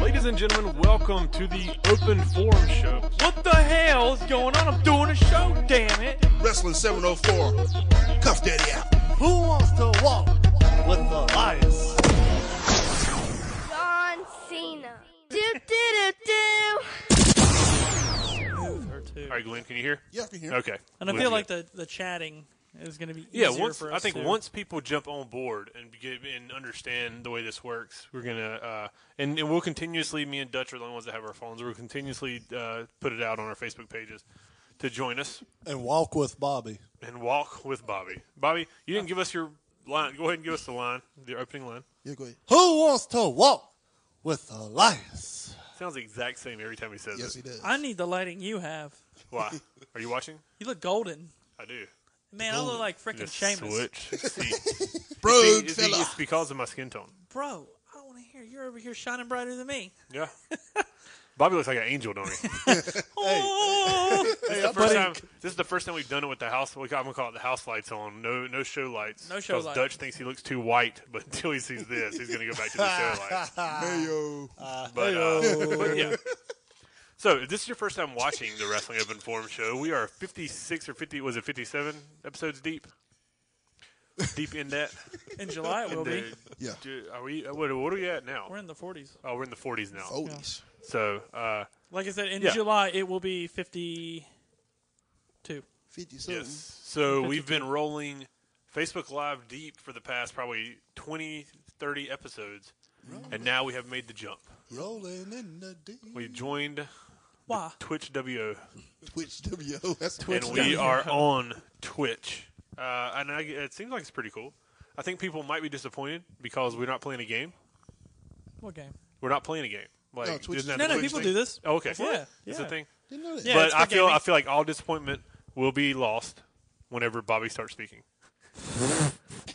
Ladies and gentlemen, welcome to the Open Forum Show. What the hell is going on? I'm doing a show, damn it! Wrestling 704. Cuff Daddy out. Who wants to walk with Elias? John Cena. do do do do. Her too. All right, Glenn, can you hear? Yeah, I can hear. Okay. And I Glenn, you- feel like the, the chatting is going to be yeah. easier Once for I us think too. once people jump on board and begin and understand the way this works, we're gonna uh, and, and we'll continuously. Me and Dutch are the only ones that have our phones. We'll continuously uh, put it out on our Facebook pages to join us And walk with Bobby. and walk with Bobby. Bobby, you didn't give us your line. Go ahead and give us the line, the opening line. Yeah, go ahead. Who wants to walk with Elias? Sounds the exact same every time he says Yes, it. he does. I need the lighting you have. Why? Are you watching? You look golden. I do. Man, I look like freaking Just Seamus. switch. See, Broad it's, be- fella. it's because of my skin tone. Bro, I want to hear. You're over here shining brighter than me. Yeah. Bobby looks like an angel, don't he? Oh! This, is the first time, this is the first time we've done it with the house. we- I'm gonna call it the house lights on. No, no show lights. No show 'Cause light. Dutch thinks he looks too white, but until he sees this, he's gonna go back to the show lights. Hey, yo. But, oh. uh, but yeah. So if this is your first time watching the Wrestling Open Forum show, we are 56 or 50 was it 57 episodes deep. Deep in that. In July it will be. Dude, Yeah. dude, Are we? What, what are we at now? We're in the 40s. oh, we're in the 40s now. Oldies. So, uh, Like I said, in Yeah. July it will be 52. 50 something. yes. So we've been rolling Facebook Live deep for the past probably 20, 30 episodes, and now we have made the jump. Rolling in the deep. We joined Why? Twitch WO, Twitch WO. That's and we are on Twitch. Uh, and I, it seems like it's pretty cool. I think people might be disappointed because we're not playing a game. What game? We're not playing a game. Like, No, isn't Twitch is- that No, the no, Twitch people thing? do this. Oh, okay. Yeah, That's yeah. the thing. Didn't know that. Yeah, it's but for I feel gaming. I feel like all disappointment will be lost whenever Bobby starts speaking.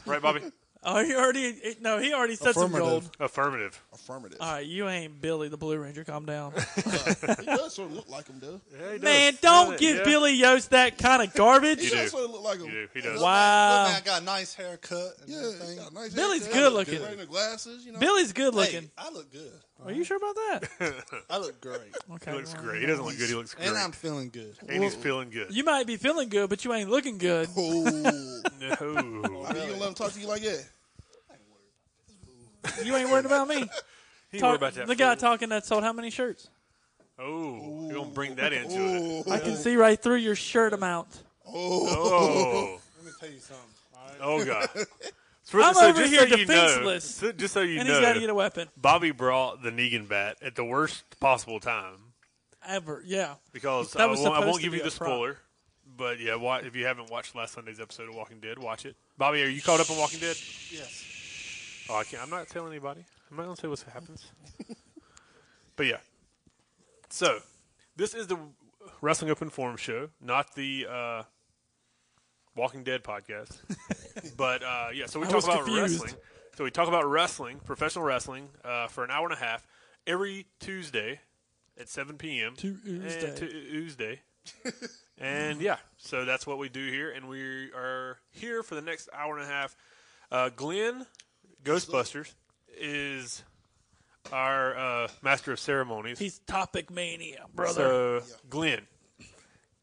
right, Body. Oh, he already. It, no, he already said some Affirmative. gold. Affirmative. Affirmative. All right, you ain't Billy the Blue Ranger. Calm down. He does sort of look like him, though. Man, don't give yeah. Billy Yost that kind of garbage. He do. does sort of look like him. You do. He does. Wow. Look, man, I got a nice haircut and Yeah, he's everything. got a nice Billy's haircut, good looking. Wearing the glasses, you know. Billy's good Hey, looking. I look good. Are you sure about that? I look great. Okay. He looks well, great. He doesn't look good. He looks great. and And, I'm feeling good. he's feeling good. You might be feeling good, but you ain't looking good. Oh. no. Are you gonna let him talk to you like that? You ain't worried about me. He Talk- worried about that. the guy fool. talking that sold how many shirts? Oh, you're gonna bring that into it. Oh, I can see right through your shirt amount. Oh, Let me tell you something. oh god. So, I'm over just here so you know- defenseless. so- just so you And he's got to get know, a weapon. Bobby brought the Negan bat at the worst possible time. Ever. Yeah. because That I was won't, I supposed won't to give you be the a prop. spoiler. But yeah, wa if you haven't watched last Sunday's episode of Walking Dead, watch it. Bobby, are you caught up on Walking Dead? Yes. Oh, I can't. I'm not telling anybody. I'm not gonna say what happens. but yeah, so this is the Wrestling Open Forum show, not the uh, Walking Dead podcast. but uh, yeah, so we I talk was about confused. wrestling. So we talk about wrestling, professional wrestling, uh, for an hour and a half every Tuesday at 7 p.m. Tuesday. And, Tu- Tuesday. and yeah, so that's what we do here, and we are here for the next hour and a half. Uh, Glenn Ghostbusters is our uh, master of ceremonies. He's topic mania, brother. so, Glenn,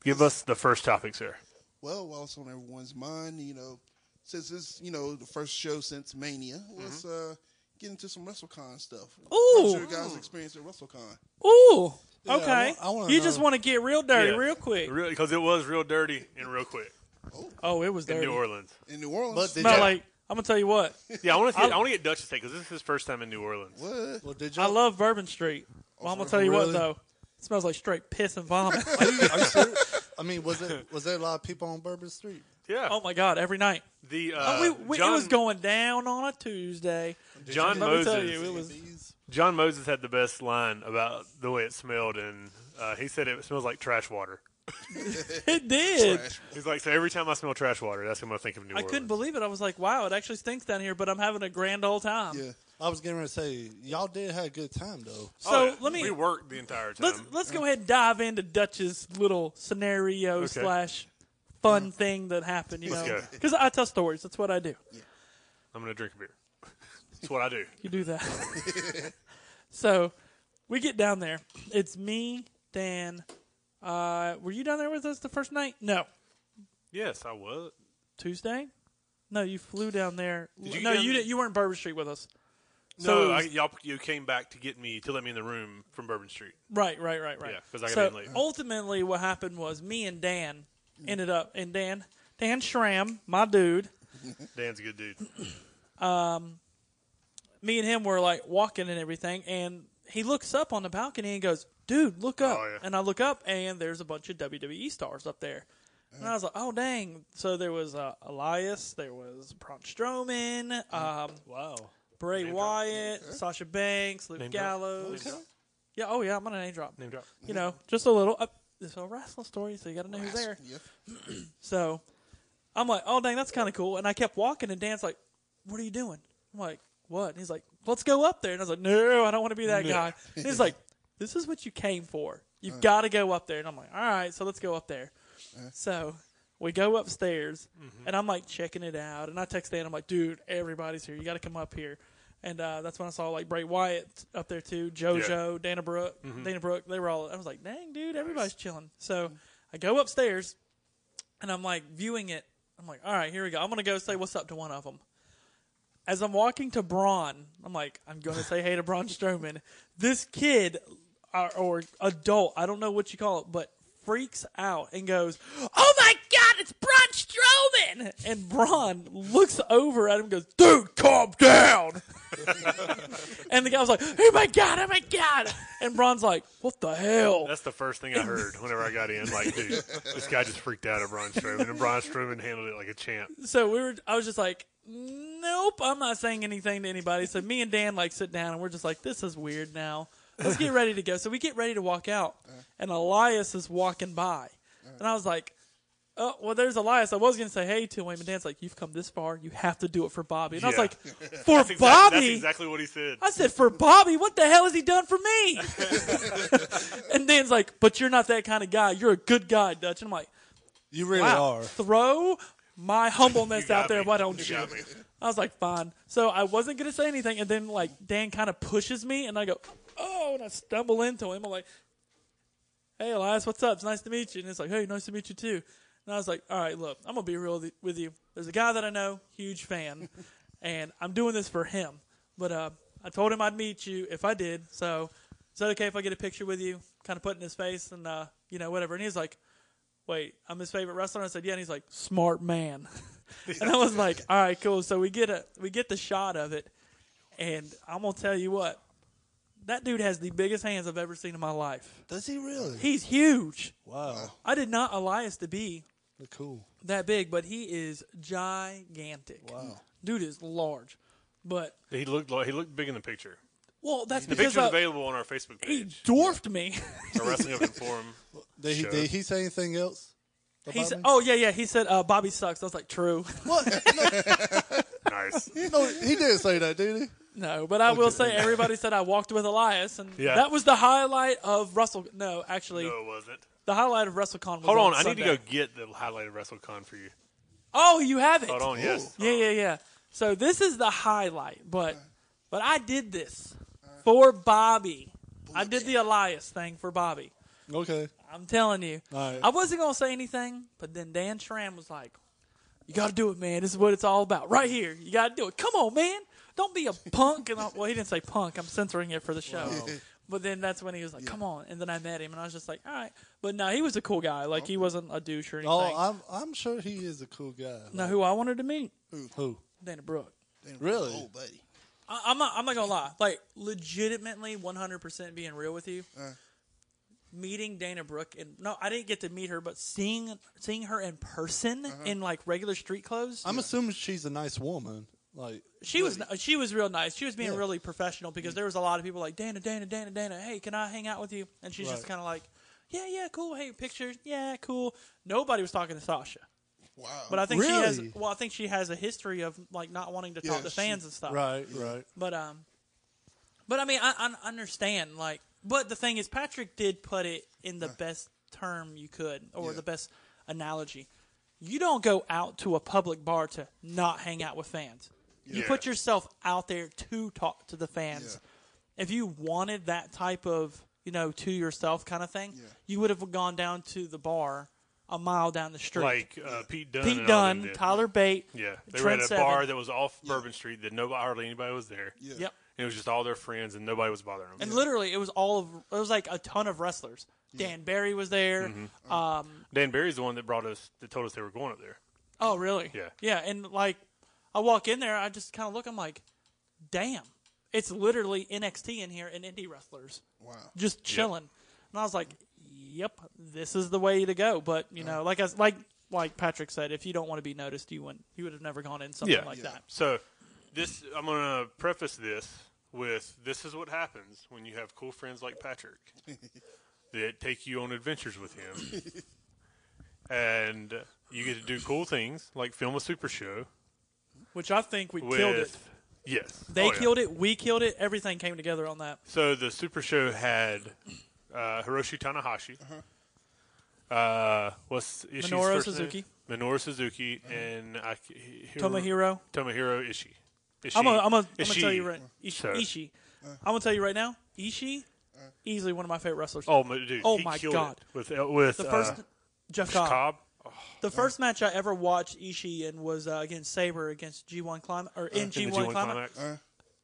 give us the first topic, sir. Well, while it's on everyone's mind, you know, since it's you know the first show since Mania, let's Mm-hmm. uh, get into some WrestleCon stuff. Ooh. I'm sure you guys experienced at WrestleCon. Ooh. Yeah, I okay. wa- I wanna you know. just want to get real dirty, Yeah. real quick. Really, because it was real dirty and real quick oh, it was in dirty. New Orleans. In New Orleans, But did Smell y'all, like I'm gonna tell you what. Yeah, I want to. I want to get Dutch to say because this is his first time in New Orleans. what? well, did I y'all, love Bourbon Street. Well, I'm gonna tell you Really? what though. It smells like straight piss and vomit. are you, are you serious? I mean, was it was there a lot of people on Bourbon Street? Yeah, oh my god, every night. the uh, Oh, we, we, John, it was going down on a Tuesday. John Let me Moses. tell you, it was John Moses had the best line about the way it smelled, and uh, he said it smells like trash water. it did. He's like, so every time I smell trash water, that's when I think of New I Orleans. couldn't believe it. I was like, wow, it actually stinks down here, but I'm having a grand old time. Yeah, I was getting ready to say y'all did have a good time though. So Oh, yeah. let me We worked the entire time. let's let's go ahead and dive into Dutch's little scenario Okay. slash fun thing that happened. You Let's know, go. because I tell stories. That's what I do. I'm gonna drink a beer. That's what I do. You do that. so we get down there. It's me, Dan. Uh, were you down there with us the first night? No, Yes, I was. Tuesday. No, you flew down there. you no, get down you there? didn't. You weren't Bourbon Street with us. No, it I, was- y'all you came back to get me to let me in the room from Bourbon Street. Right, right, right, right. Yeah, 'cause I got so in late. Ultimately, what happened was me and Dan ended up, and Dan, Dan Schramm, my dude, Dan's a good dude. me and him were like walking and everything, and he looks up on the balcony and goes, "Dude, look up!" Oh, yeah. And I look up, and there's a bunch of WWE stars up there, and I was like, "Oh dang!" So there was uh, Elias, there was Braun Strowman, Mm-hmm. um, Wow. Bray Name drop. Wyatt, Sasha Banks, Luke Name drop. Gallows. Name drop. Yeah, oh yeah, I'm gonna name drop. Name drop. You know, just a little. Uh, it's a wrestling story, so you gotta know who's there. Yeah. So I'm like, oh dang, that's kind of cool. And I kept walking, and Dan's like, what are you doing? I'm like, what? And he's like, let's go up there. And I was like, no, I don't want to be that No. guy. And he's like, this is what you came for. You've got to go up there. And I'm like, all right, so let's go up there. So we go upstairs, and I'm like checking it out. And I text Dan, I'm like, dude, everybody's here. You got to come up here. And uh, that's when I saw like Bray Wyatt up there too, JoJo, Dana Brooke, Dana Brooke. They were all. I was like, dang, dude, everybody's chilling. So I go upstairs, and I'm like viewing it. I'm like, all right, here we go. I'm gonna go say what's up to one of them. As I'm walking to Braun, I'm like, I'm gonna say hey to Braun Strowman. This kid or, or adult, I don't know what you call it, but freaks out and goes, "Oh my God, it's Braun Strowman!" And Braun looks over at him, and goes, "Dude, calm down." and the guy was like, "Oh my God, oh my God!" And Braun's like, "What the hell?" That's the first thing I heard whenever I got in. Like, dude, this guy just freaked out at Braun Strowman, and Braun Strowman handled it like a champ. so we were I was just like, Nope, I'm not saying anything to anybody. So me and Dan like sit down and we're just like, This is weird now. Let's get ready to go. So we get ready to walk out and Elias is walking by. And I was like, Oh, well there's Elias. I was gonna say hey to him and Dan's like, You've come this far, you have to do it for Bobby. And I was Yeah. like, For That's exact- That's Bobby exactly what he said. I said, for Bobby, what the hell has he done for me? and Dan's like, but you're not that kind of guy. You're a good guy, Dutch. And I'm like, You really wow, are. throw my humbleness You got out there. me. Why don't You you? got me. I was like, fine. So I wasn't gonna say anything, and then like Dan kind of pushes me, and I go, oh, and I stumble into him. I'm like, hey, Elias, what's up? It's nice to meet you. And it's like, hey, nice to meet you too. And I was like, all right, look, I'm gonna be real th- with you. There's a guy that I know, huge fan, and I'm doing this for him. But uh, I told him I'd meet you if I did. So is that okay if I get a picture with you? Kind of put it in his face, and uh, you know, whatever. And he's like, wait, I'm his favorite wrestler. I said, yeah. And he's like, smart man. and I was like, all right, cool. So we get a we get the shot of it, and I'm gonna tell you what, that dude has the biggest hands I've ever seen in my life. Does he really? He's huge. wow. I did not Elias to be Look cool. that big, but he is gigantic. Wow. dude is large, but He looked like, he looked big in the picture. well, that's The because picture's uh, available on our Facebook he page. dwarfed me. Our wrestling open forum. Did he, Sure. did he say anything else? he about said, me? "Oh yeah, yeah." He said, uh, "Bobby sucks." I was like, "True." Nice. no, he didn't say that, did he? No, but I will say everybody said I walked with Elias, and Yeah. that was the highlight of Russell. No, actually, No, it wasn't. the highlight of WrestleCon. Was Hold on, I Sunday. need to go get the highlight of WrestleCon for you. Oh, you have it. Hold on, yes. Yeah, yeah, yeah. So this is the highlight, but but I did this for Bobby. I did the Elias thing for Bobby. Okay. I'm telling you. All right. I wasn't gonna say anything, but then Dan Schramm was like, "You gotta do it, man. This is what it's all about, right here. You gotta do it. Come on, man. Don't be a punk." And I, well, he didn't say punk. I'm censoring it for the show. But then that's when he was like, "Come on!" And then I met him, and I was just like, "All right." But no, he was a cool guy. Like he wasn't a douche or anything. Oh, I'm I'm sure he is a cool guy. now, who I wanted to meet, Who? Dana Brooke. Damn, Really? Oh, buddy. I, I'm not. I'm not gonna lie. Like, legitimately, 100 percent being real with you. Uh. Meeting Dana Brooke and no, I didn't get to meet her, but seeing seeing her in person in like regular street clothes, Uh-huh. I'm assuming she's a nice woman. Like, she was she was real nice. She was being Yeah. Mm. really professional because there was a lot of people like Dana, Dana, Dana, Dana. Hey, can I hang out with you? And she's just Right. kind of like, yeah, yeah, cool. Hey, pictures. Yeah, cool. Nobody was talking to Sasha. Wow. But I think she Oh, Really? has. Well, I think she has a history of like not wanting to talk Yeah, to she- fans and stuff. Right, right. But um, but I mean, I, I understand. Like, but the thing is, Patrick did put it in the best term you could, or Yeah. the best analogy. You don't go out to a public bar to not hang out with fans. You Yeah. put yourself out there to talk to the fans. If you wanted that type of, you know, to yourself kind of thing, Yeah. you would have gone down to the bar a mile down the street. like uh, Pete Dunne. Pete and all them Dunn, did. Tyler Bate, Yeah, they Trent were at a Seven. bar that was off Bourbon Street that nobody hardly anybody was there. Yeah. Yep. And it was just all their friends and nobody was bothering them. And literally, it was all of it was like a ton of wrestlers. Dan Barry was there. Mm-hmm. Um, Dan Barry's the one that brought us that told us they were going up there. oh, really? Yeah. yeah. And like, I walk in there, I just kind of look. I'm like, damn, it's literally NXT in here and indie wrestlers Wow. just chilling. And I was like, yep, this is the way to go. But you know, like I s- like like Patrick said, if you don't want to be noticed, you wouldn't. You would have never gone in something Yeah. like Yeah. that. So this I'm gonna preface this with this is what happens when you have cool friends like Patrick that take you on adventures with him. and you get to do cool things like film a super show Which I think we with killed it. Yes. They Oh, yeah. killed it. We killed it. Everything came together on that. So the Super Show had uh, Hiroshi Tanahashi. uh what's Ishii's Minoru first Suzuki. Name? Minoru Suzuki and I, c- Hiro- Tomohiro. Tomohiro Ishii. Ishii. I'm gonna, I'm gonna, I'm gonna Ishii. tell you right. Ishi, Sorry. Ishii. I'm gonna tell you right now. Ishii, easily one of my favorite wrestlers. Oh my dude! Oh, he my killed God. It with uh, with the first uh, Jeff Cobb. Cobb. Uh-huh. The first match I ever watched Ishii in was uh, against Saber against G1 Climb or in Uh, in G1, the G1 Climax. climax.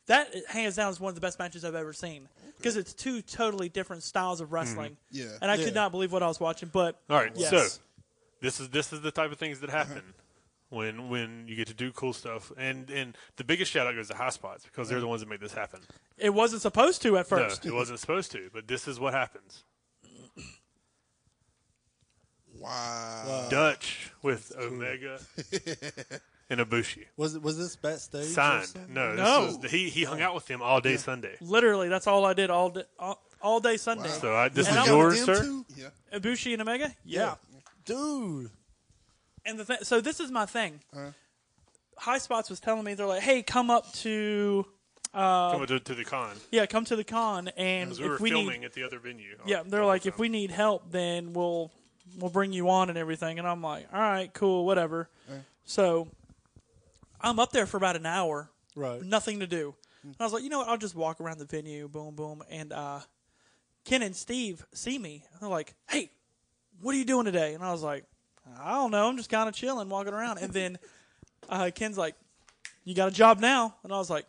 That hands down is one of the best matches I've ever seen because it's two totally different styles of wrestling. Mm-hmm. Yeah. and I Yeah. could not believe what I was watching. But All right, yes. so this is this is the type of things that happen when when you get to do cool stuff, and and the biggest shout out goes to High Spots because they're the ones that make this happen. it wasn't supposed to at No, first. it wasn't supposed to, but this is what happens. Wow. Dutch with Omega and Ibushi. Was it was this backstage? or Signed. something? No, No. This was, he he hung out with them all day Sunday. Literally, that's all I did all day, all, all day Sunday. So I, this And is I'm yours, Them sir. two? Yeah. Ibushi and Omega, yeah. Dude. And the th- so this is my thing. High Spots was telling me they're like, "Hey, come up to Coming to, to the con yeah, come to the con, and 'Cause Uh, if we were we filming need at the other venue. yeah, they're like, if we need help, then we'll we'll bring you on and everything." And I'm like, "All right, cool, whatever." So I'm up there for about an hour, Right. nothing to do. And I was like, you know what? I'll just walk around the venue, boom, boom, and uh, Ken and Steve see me. They're like, "Hey, what are you doing today?" And I was like, "I don't know. I'm just kind of chilling, walking around." And then uh, Ken's like, "You got a job now?" And I was like,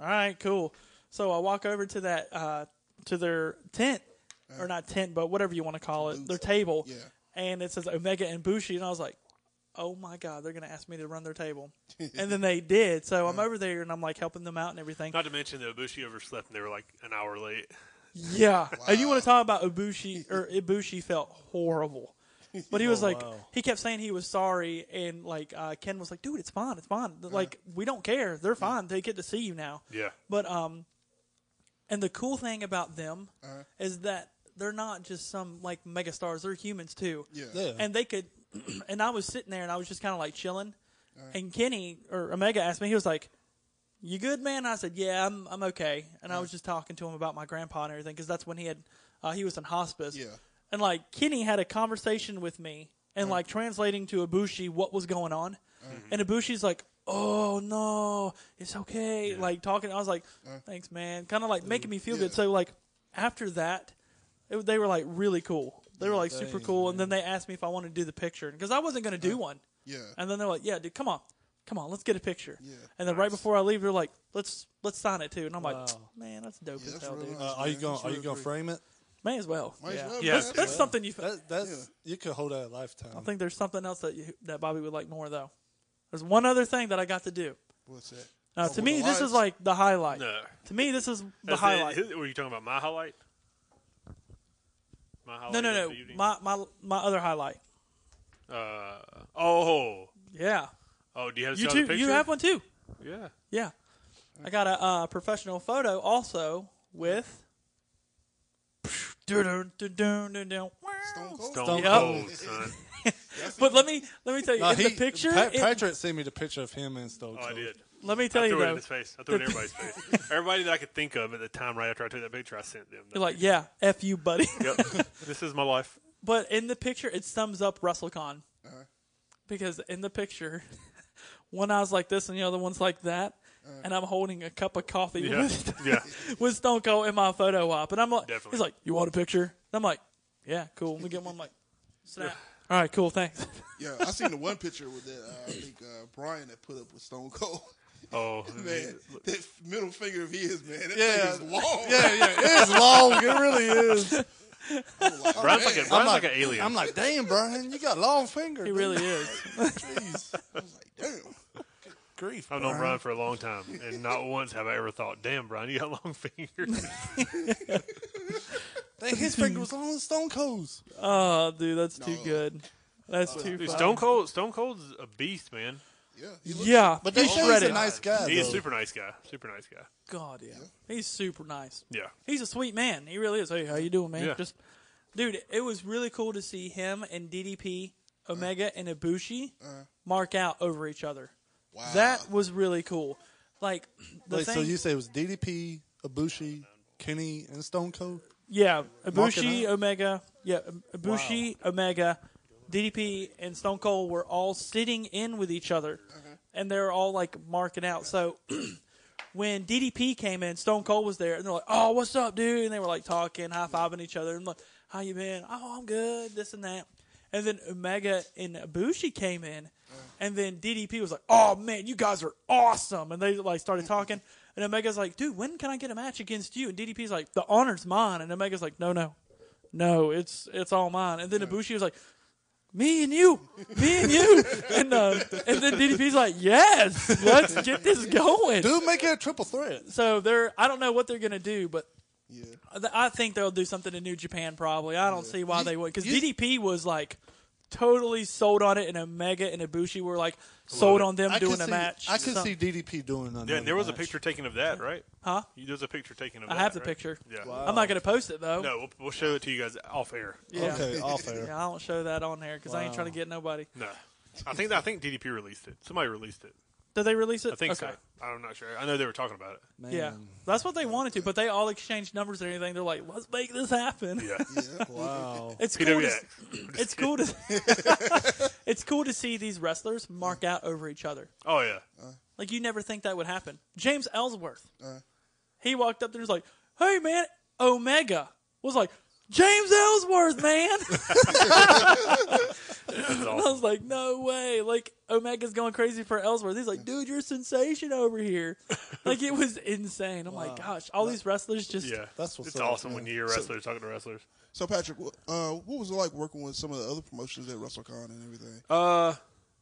"All right, cool." So I walk over to that uh, to their tent, or not tent, but whatever you want to call it, their table. Yeah. And it says Omega and Bushi, and I was like, oh my god, they're gonna ask me to run their table, and then they did. So I'm over there and I'm like helping them out and everything. Not to mention that Ibushi overslept and they were like an hour late. yeah, and you want to talk about Ibushi or Ibushi felt horrible, but he was like wow. he kept saying he was sorry, and like uh, Ken was like, dude, it's fine, it's fine. Like we don't care, they're fine. They get to see you now. Yeah. But um, and the cool thing about them is that they're not just some like megastars; they're humans too. Yeah. Yeah. and they could and i was sitting there and i was just kind of like chilling and kenny or omega asked me he was like you good man i said yeah i'm, I'm okay and i was just talking to him about my grandpa and everything because that's when he had uh, he was in hospice Yeah. and like kenny had a conversation with me Mm. and like translating to ibushi what was going on Mm-hmm. and ibushi's like oh no it's okay like talking i was like thanks man kind of like making me feel good Mm. yeah. so like after that it, they were like really cool. They were Mm, like super cool, and then they asked me if I wanted to do the picture because I wasn't going to do Uh-huh. one. Yeah. And then they're like, "Yeah, dude, come on, come on, let's get a picture." Yeah. And then right before I leave, they're like, "Let's let's sign it too." And I'm like, Wow. "Man, that's dope Yeah, as that's hell, really dude. nice. Uh, are you man. going It's to are you real going to free. frame it? May as well. Might as yeah. well, Yeah. man. That's- That's something you. I That, that's you could hold that a lifetime. think there's something else that you, that Bobby would like more though. There's one other thing that I got to do. What's that? Now, Oh, to with me, the this is lights? like the highlight. No. To me, this is the That's it. highlight. Who- were you talking about my highlight? My highlight. No, no, of no. beauty? My my my other highlight. Uh, oh, Yeah. oh. Do you have You the too. picture? You have one too. Yeah. Yeah. I got a uh, professional photo also with. Stone Cold. Stone Yep. Cold, son. But let me let me tell you No, in Uh, he- the picture. Pa- it- Patrick sent me the picture of him in Stoke. Oh, I did. let me I tell you threw it in though. his face. I threw it in everybody's face. Everybody that I could think of at the time right after I took that picture, I sent them. You're like, yeah, f you, buddy. yep. this is my life. But in the picture, it sums up WrestleCon. Uh-huh. Because in the picture, one eye's like this and the other one's like that. Uh-huh. and I'm holding a cup of coffee Yeah. with, yeah. with Stone Cold in my photo op. And I'm like, Definitely. he's like, you want a picture? And I'm like, yeah, cool. Let me get one. I'm like, snap. All right, cool, thanks. Yeah, I seen the one picture with that. Uh, I think uh, Brian that put up with Stone Cold. Oh, Man, that middle finger of his, man. That Yeah. thing is long. Yeah, yeah. It is long. It really is. I'm like, oh, Brian's like, man. a, Brian's like, an alien. I'm like, damn, Brian, you got long finger. He dude. really is. Jeez. I was like, damn. Grief. I've known Brian for a long time, and not once have I ever thought, "Damn, Brian, you got long fingers." Dang, his finger was long as Stone Cold's. Oh, dude, that's too No. good. That's Uh, too Dude, fun. Stone Cold, Stone Cold's a beast, man. Yeah. he looks- Yeah, But they he's say he's a shredded. nice guy. He is though. super nice guy. Super nice guy. God, yeah. He's super nice. Yeah. He's a sweet man. He really is. Hey, how you doing, man? Yeah. Just, dude, it was really cool to see him and DDP, Omega and Ibushi Uh. mark out over each other. Wow. That was really cool. Like the Wait, thing, so you say it was DDP, Ibushi, Kenny, and Stone Cold? yeah, Marking Ibushi, out? Omega, yeah, Ibushi, Omega, DDP, and Stone Cold were all sitting in with each other, Uh-huh. and they're all like marking out. So. When DDP came in, Stone Cold was there, and they're like, "Oh, what's up, dude?" And they were like talking, high fiving each other, and like, "How you been?" "Oh, I'm good." This and that, and then Omega and Ibushi came in, and then DDP was like, "Oh man, you guys are awesome!" And they like started talking, and Omega's like, "Dude, when can I get a match against you?" And DDP's like, "The honor's mine," and Omega's like, "No, no, no, it's it's all mine." And then Ibushi was like, me and you, me and you, and uh, and then DDP's like, yes, let's get this going. Dude, make it a triple threat. So they're I don't know what they're gonna do, but Yeah. th- I think they'll do something in New Japan probably. I don't see why You- they would because you- DDP was like totally sold on it, and Omega and Ibushi were like sold it. on them I could doing a see- match. I could So- see DDP doing another. Yeah, and there was a match. picture taken of that, right? huh? You- There's a picture taken of I that. have the right? picture. Yeah. I'm not gonna post it though. No, we'll, we'll show it to you guys off air. Yeah. Okay, off air. Yeah, I don't show that on there because I ain't Wow. trying to get nobody. No. I think I think DDP released it. Somebody released it. Did they release it? I think okay. so. I'm not sure. I know they were talking about it. Man. Yeah, that's what they wanted to, but they all exchanged numbers or anything. They're like, "Let's make this happen." Yeah. Yeah. Wow. It's cool. To, PWX. s- it's cool to. it's cool to see these wrestlers mark out over each other. Oh yeah. Like you never think that would happen. James Ellsworth, Uh. he walked up there and was like, "Hey man, Omega was like." James Ellsworth, man. That's Uh-huh. I awesome. was like, no way. Like, Omega's going crazy for Ellsworth. He's like, dude, you're a sensation over here. Like, it was insane. I'm like, gosh, all these wrestlers just. Yeah. That's what's It's up, awesome man. when you hear wrestlers talking to wrestlers. So Patrick, what, uh, what was it like working with some of the other promotions at WrestleCon and everything? Uh,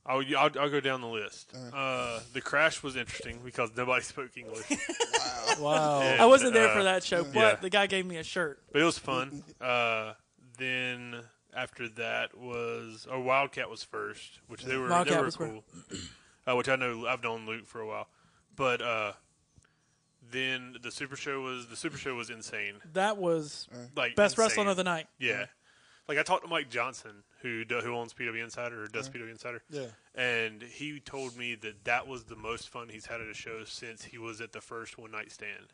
I'll, I'll, I'll go down the list. Uh-huh. Uh, the crash was interesting because nobody spoke English, Oh. Wow. I wasn't there Uh, for that show, but yeah. the guy gave me a shirt. but it was Mm-hmm. fun. Uh, then after that was oh Wildcat was first, which they were Wildcat they were was cool. Uh, which I know I've known Luke for a while, but uh, then the Super Show was the Super Show was insane. That was Uh-huh. Like best insane. wrestling of the night. Yeah. Like I talked to Mike Johnson, who do, who owns PW Insider or does PW Insider. Yeah. And he told me that that was the most fun he's had at a show since he was at the first one night stand.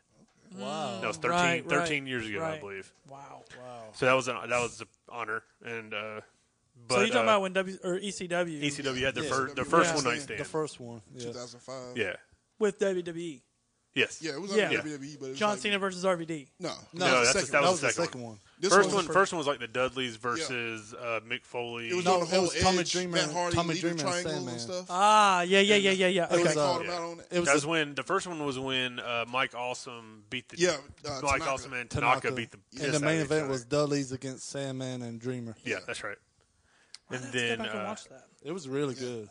Wow. That was 13, Right, right, 13 years ago, I right. believe. Wow. Wow. So that was an, that was an honor. And uh, but so you're talking uh, E about when W or ECW ECW had their Yeah. first their Yeah. first Yeah. one night stand. The first one. Yeah. 2005. yeah. with WWE, Yes. Yeah, it was Yeah. on WWE, E, but it was John like, Cena versus RVD. No, No, No, that's- that's the second that was the one. that was the second second one. This First was one, the first one was like the Dudleys versus uh, Mick Foley. It was No, on the it whole was Tommy Edge, Dreamer- Matt Hardy, Tommy Lethal Dreamer and Triangle and Sandman. stuff. Ah, yeah, yeah, yeah, yeah, yeah. They Okay. called him Yeah. out on it. It was that the- was when the first one was when uh, Mike Awesome beat the Yeah, uh, Mike Tanaka. Awesome and Tanaka, Tanaka. beat the piss and the out main of each event other. was Dudley's against Sandman and Dreamer. yeah, that's right. And Let's then go back and uh, watch that. It was really good.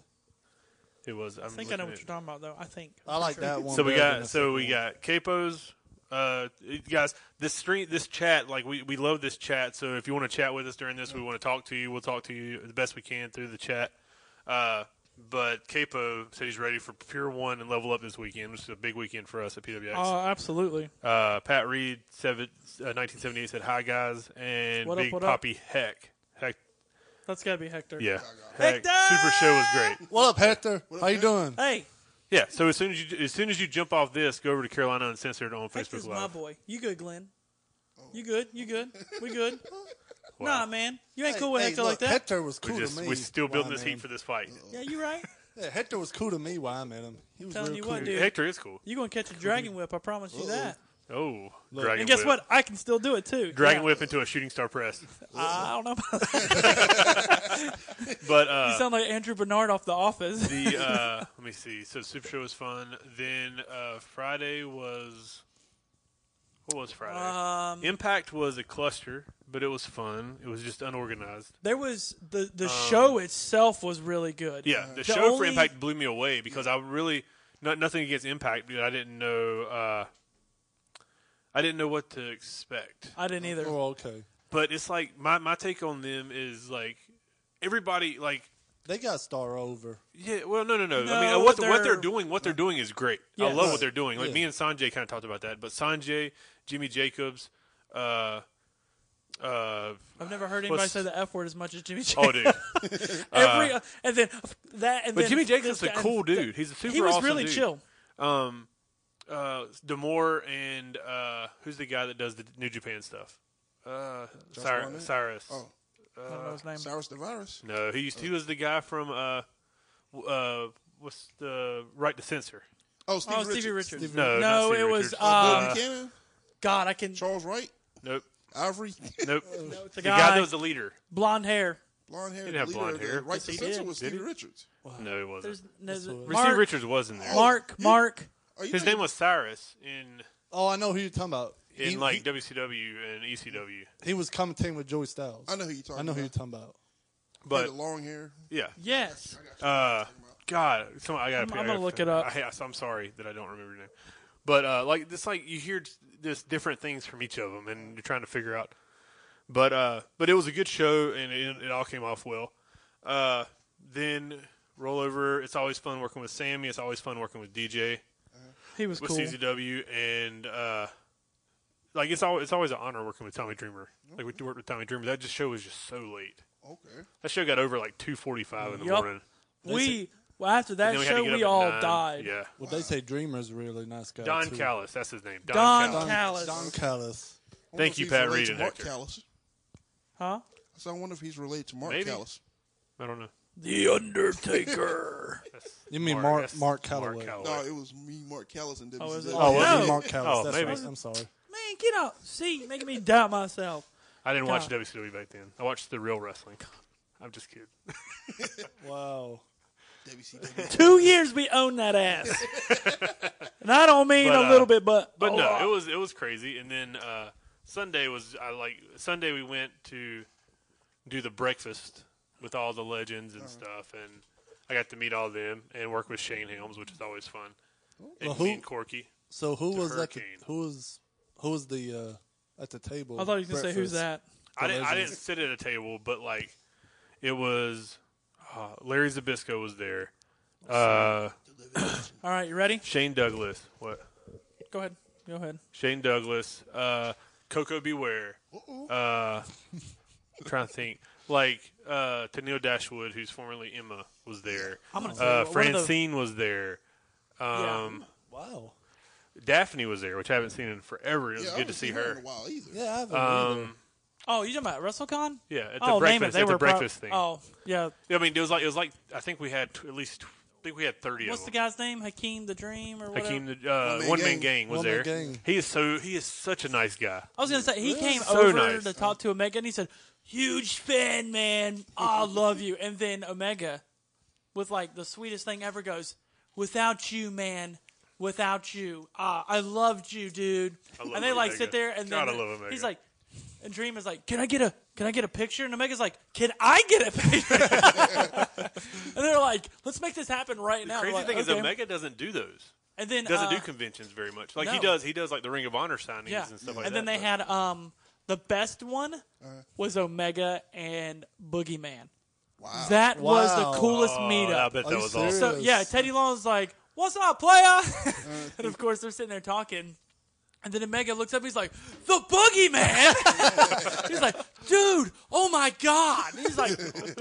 it was. I'm I think I know what looking you're talking about, though. I think. I like that one. at- So we better than got the so second we one. got capos. Uh, it- guys, this stream, this chat, like we, we love this chat. So if you want to chat with us during this, we want to talk to you. We'll talk to you the best we can through the chat. Uh, but Capo said he's ready for Pure One and Level Up this weekend, which is a big weekend for us at PWX. Oh, absolutely. Uh, Pat Reed, seven, uh, 1978, said hi guys, and What up, Big what up? Poppy Heck. Heck, That's got to be Hector. Yeah. Hector! Super Show was great. What up, Hector? What up, How you Hector? doing? Hey, Yeah. So as soon as you as soon as you jump off this, go over to Carolina Uncensored on Facebook Hector's my Live. boy. You good, Glenn? You good? You good? We good? Wow. Nah, man. You ain't Hey, cool with hey, Hector look, like that. Hector was cool We just to me. we still building why I this met heat for this fight. Yeah, you right. him. Yeah, Hector was cool to me. Why I met him? He was Telling real you cool. what, dude. Hector is cool. You're going to catch a dragon whip. I promise you that. Oh, Look. Dragon And guess Whip. what? I can still do it, too. Dragon Yeah. Whip into a shooting star press. I don't know about that. But You uh, sound like Andrew Bernard off The Office. the uh, let me see. So Super Show was fun. Then uh, Friday was what was Friday? Um, Impact was a cluster, but it was fun. It was just unorganized. there was the, the show itself was really good. Um, Yeah, the, show for only- Impact blew me away because I really not nothing against Impact, dude. I didn't know uh, I didn't know what to expect. I didn't either. Oh, okay. But it's like my my take on them is like everybody like They got star over. yeah well no no no, I No, mean what what they're- they're doing what they're doing is great. I Yes. love Right. what they're doing. Like Yeah. me and Sanjay kind of talked about that, but Sanjay, Jimmy Jacobs, uh, uh, I've never heard anybody What's- say the F word as much as Jimmy Jacobs. oh dude. Every, uh, and then that. And Uh, But then Jimmy this Jacobs is a guy- cool dude. He's a super He was awesome really dude. chill. um, uh, Demore and uh, who's the guy that does the New Japan stuff? Uh, Barnett? Cyrus. Cyrus. Oh, I don't know his name. Cyrus the Virus. No, he used he was the guy from uh, w- uh, what's the Right to Censor? Oh, Steve Oh, Richards. Stevie Richards. Stevie- No, no, not it Stevie was Richards. Oh, Bill uh, Buchanan, God. I can Charles Wright, Nope, Ivory, nope. it's the a guy. guy. that was the leader. blonde hair. blonde hair. didn't have blonde hair. Right Yes, he to censor did. was Stevie Richards. No, he There's, wasn't. there's Steve Mark, Richards was in there. Mark, Mark. Are Oh, you His thinking- name was Cyrus in Oh, I know who you're talking about. in he, like he, WCW and E ECW. he was commentating with Joey Styles. I know who you're talking I know who you're about. talking about. He had But the long hair. yeah, Yes, Uh, God, some, I gotta. I'm- pick- I'm I gonna gotta- look it up. I, am sorry that I don't remember your name, but uh, like it's like you hear this different things from each of them, and you're trying to figure out. But uh, but it was a good show, and it, it all came off well. Uh, then rollover. It's always fun working with Sammy. It's always fun working with DJ he was with cool. CZW, and uh, like it's always it's always an honor working with Tommy Dreamer. Like we worked with Tommy Dreamer. That just show was just so late. Okay. That show got over at, like two forty five in the Yup. morning. We well after that And then show had to get we up at all nine. died. Yeah. Well, they say Dreamer's a really nice guy. Don too. Callis, that's his name. Don, Don Callis. Don Callis. Don Callis. I wonder Thank if you, he's Pat related Reed to and Mark Hector. Callis. Huh? So I wonder if he's related to Mark Maybe. Callis. I don't know. The Undertaker. You mean Mark- Mark that's Mark Calloway? No, it was me, Mark Callis, and WCW. Oh, is it? Oh, No. it was Mark Callis. Oh, That's maybe. right. I'm sorry. Man, get out. See, you're making me doubt myself. I didn't watch God. WCW back then. I watched the real wrestling. I'm just kidding. Wow. WCW. Two years we own that ass. and I don't mean But, a uh, little bit, but But a no, lot. it was it was crazy. And then uh, Sunday was I like Sunday we went to do the breakfast with all the legends and stuff, and I got to meet all of them and work with Shane Helms, which is always fun. And me Well, who- and Corky. So who was at the, Hurricane. who was who was the uh, at the table? I thought you were gonna say who's that? breakfast? I didn't, I legends. didn't sit at a table, but like it was uh, Larry Zabisco was there. Uh, All right, you ready? Shane Douglas. What? Go ahead. Go ahead. Shane Douglas, uh, Coco Beware. Uh, I'm trying to think. Like uh, Tennille Dashwood, who's formerly Emma, was there. I'm gonna tell Uh, you what, one of the- Francine was there. Um, Wow. Daphne was there, which I haven't seen in forever. It was Yeah, I good to haven't see seen her in her. a while either. Yeah, I haven't. either. Um, Oh, you talking about WrestleCon? yeah, at the oh, name it. breakfast, They at were the pro- breakfast thing. Oh, yeah. Yeah, I mean, it was like it was like I think we had t- at least I think we had thirty What's of the them. guy's name? Hakeem the Dream or whatever? Hakeem, the uh, One Man one man Gang. gang was One Man there. Gang. He is so he is such a nice guy. I was gonna say he came So over nice. to talk to Omega and he said, "Huge fan, man. I love you." And then Omega, with like the sweetest thing ever, goes, "Without you, man." Without you, ah, I loved you, dude. love and they like Omega. sit there, and God, then I love Omega. he's like, and Dream is like, "Can I get a, can I get a picture?" And Omega's like, "Can I get a picture?" and they're like, "Let's make this happen right now." We're Crazy like, thing is Oh, "Okay." Omega doesn't do those. and then doesn't uh, do conventions very much. Like he no. does, he does like the Ring of Honor signings Yeah, and stuff like that. then they but- had um the best one was Omega and Boogeyman. Wow. That was the Wow. coolest Oh, I meetup. bet Are that you was serious? awesome. So yeah, Teddy Long's like, "What's up, playa?" and of course they're sitting there talking, And then Omega looks up. He's like, "The boogeyman." he's like, "Dude, oh my god!" He's like,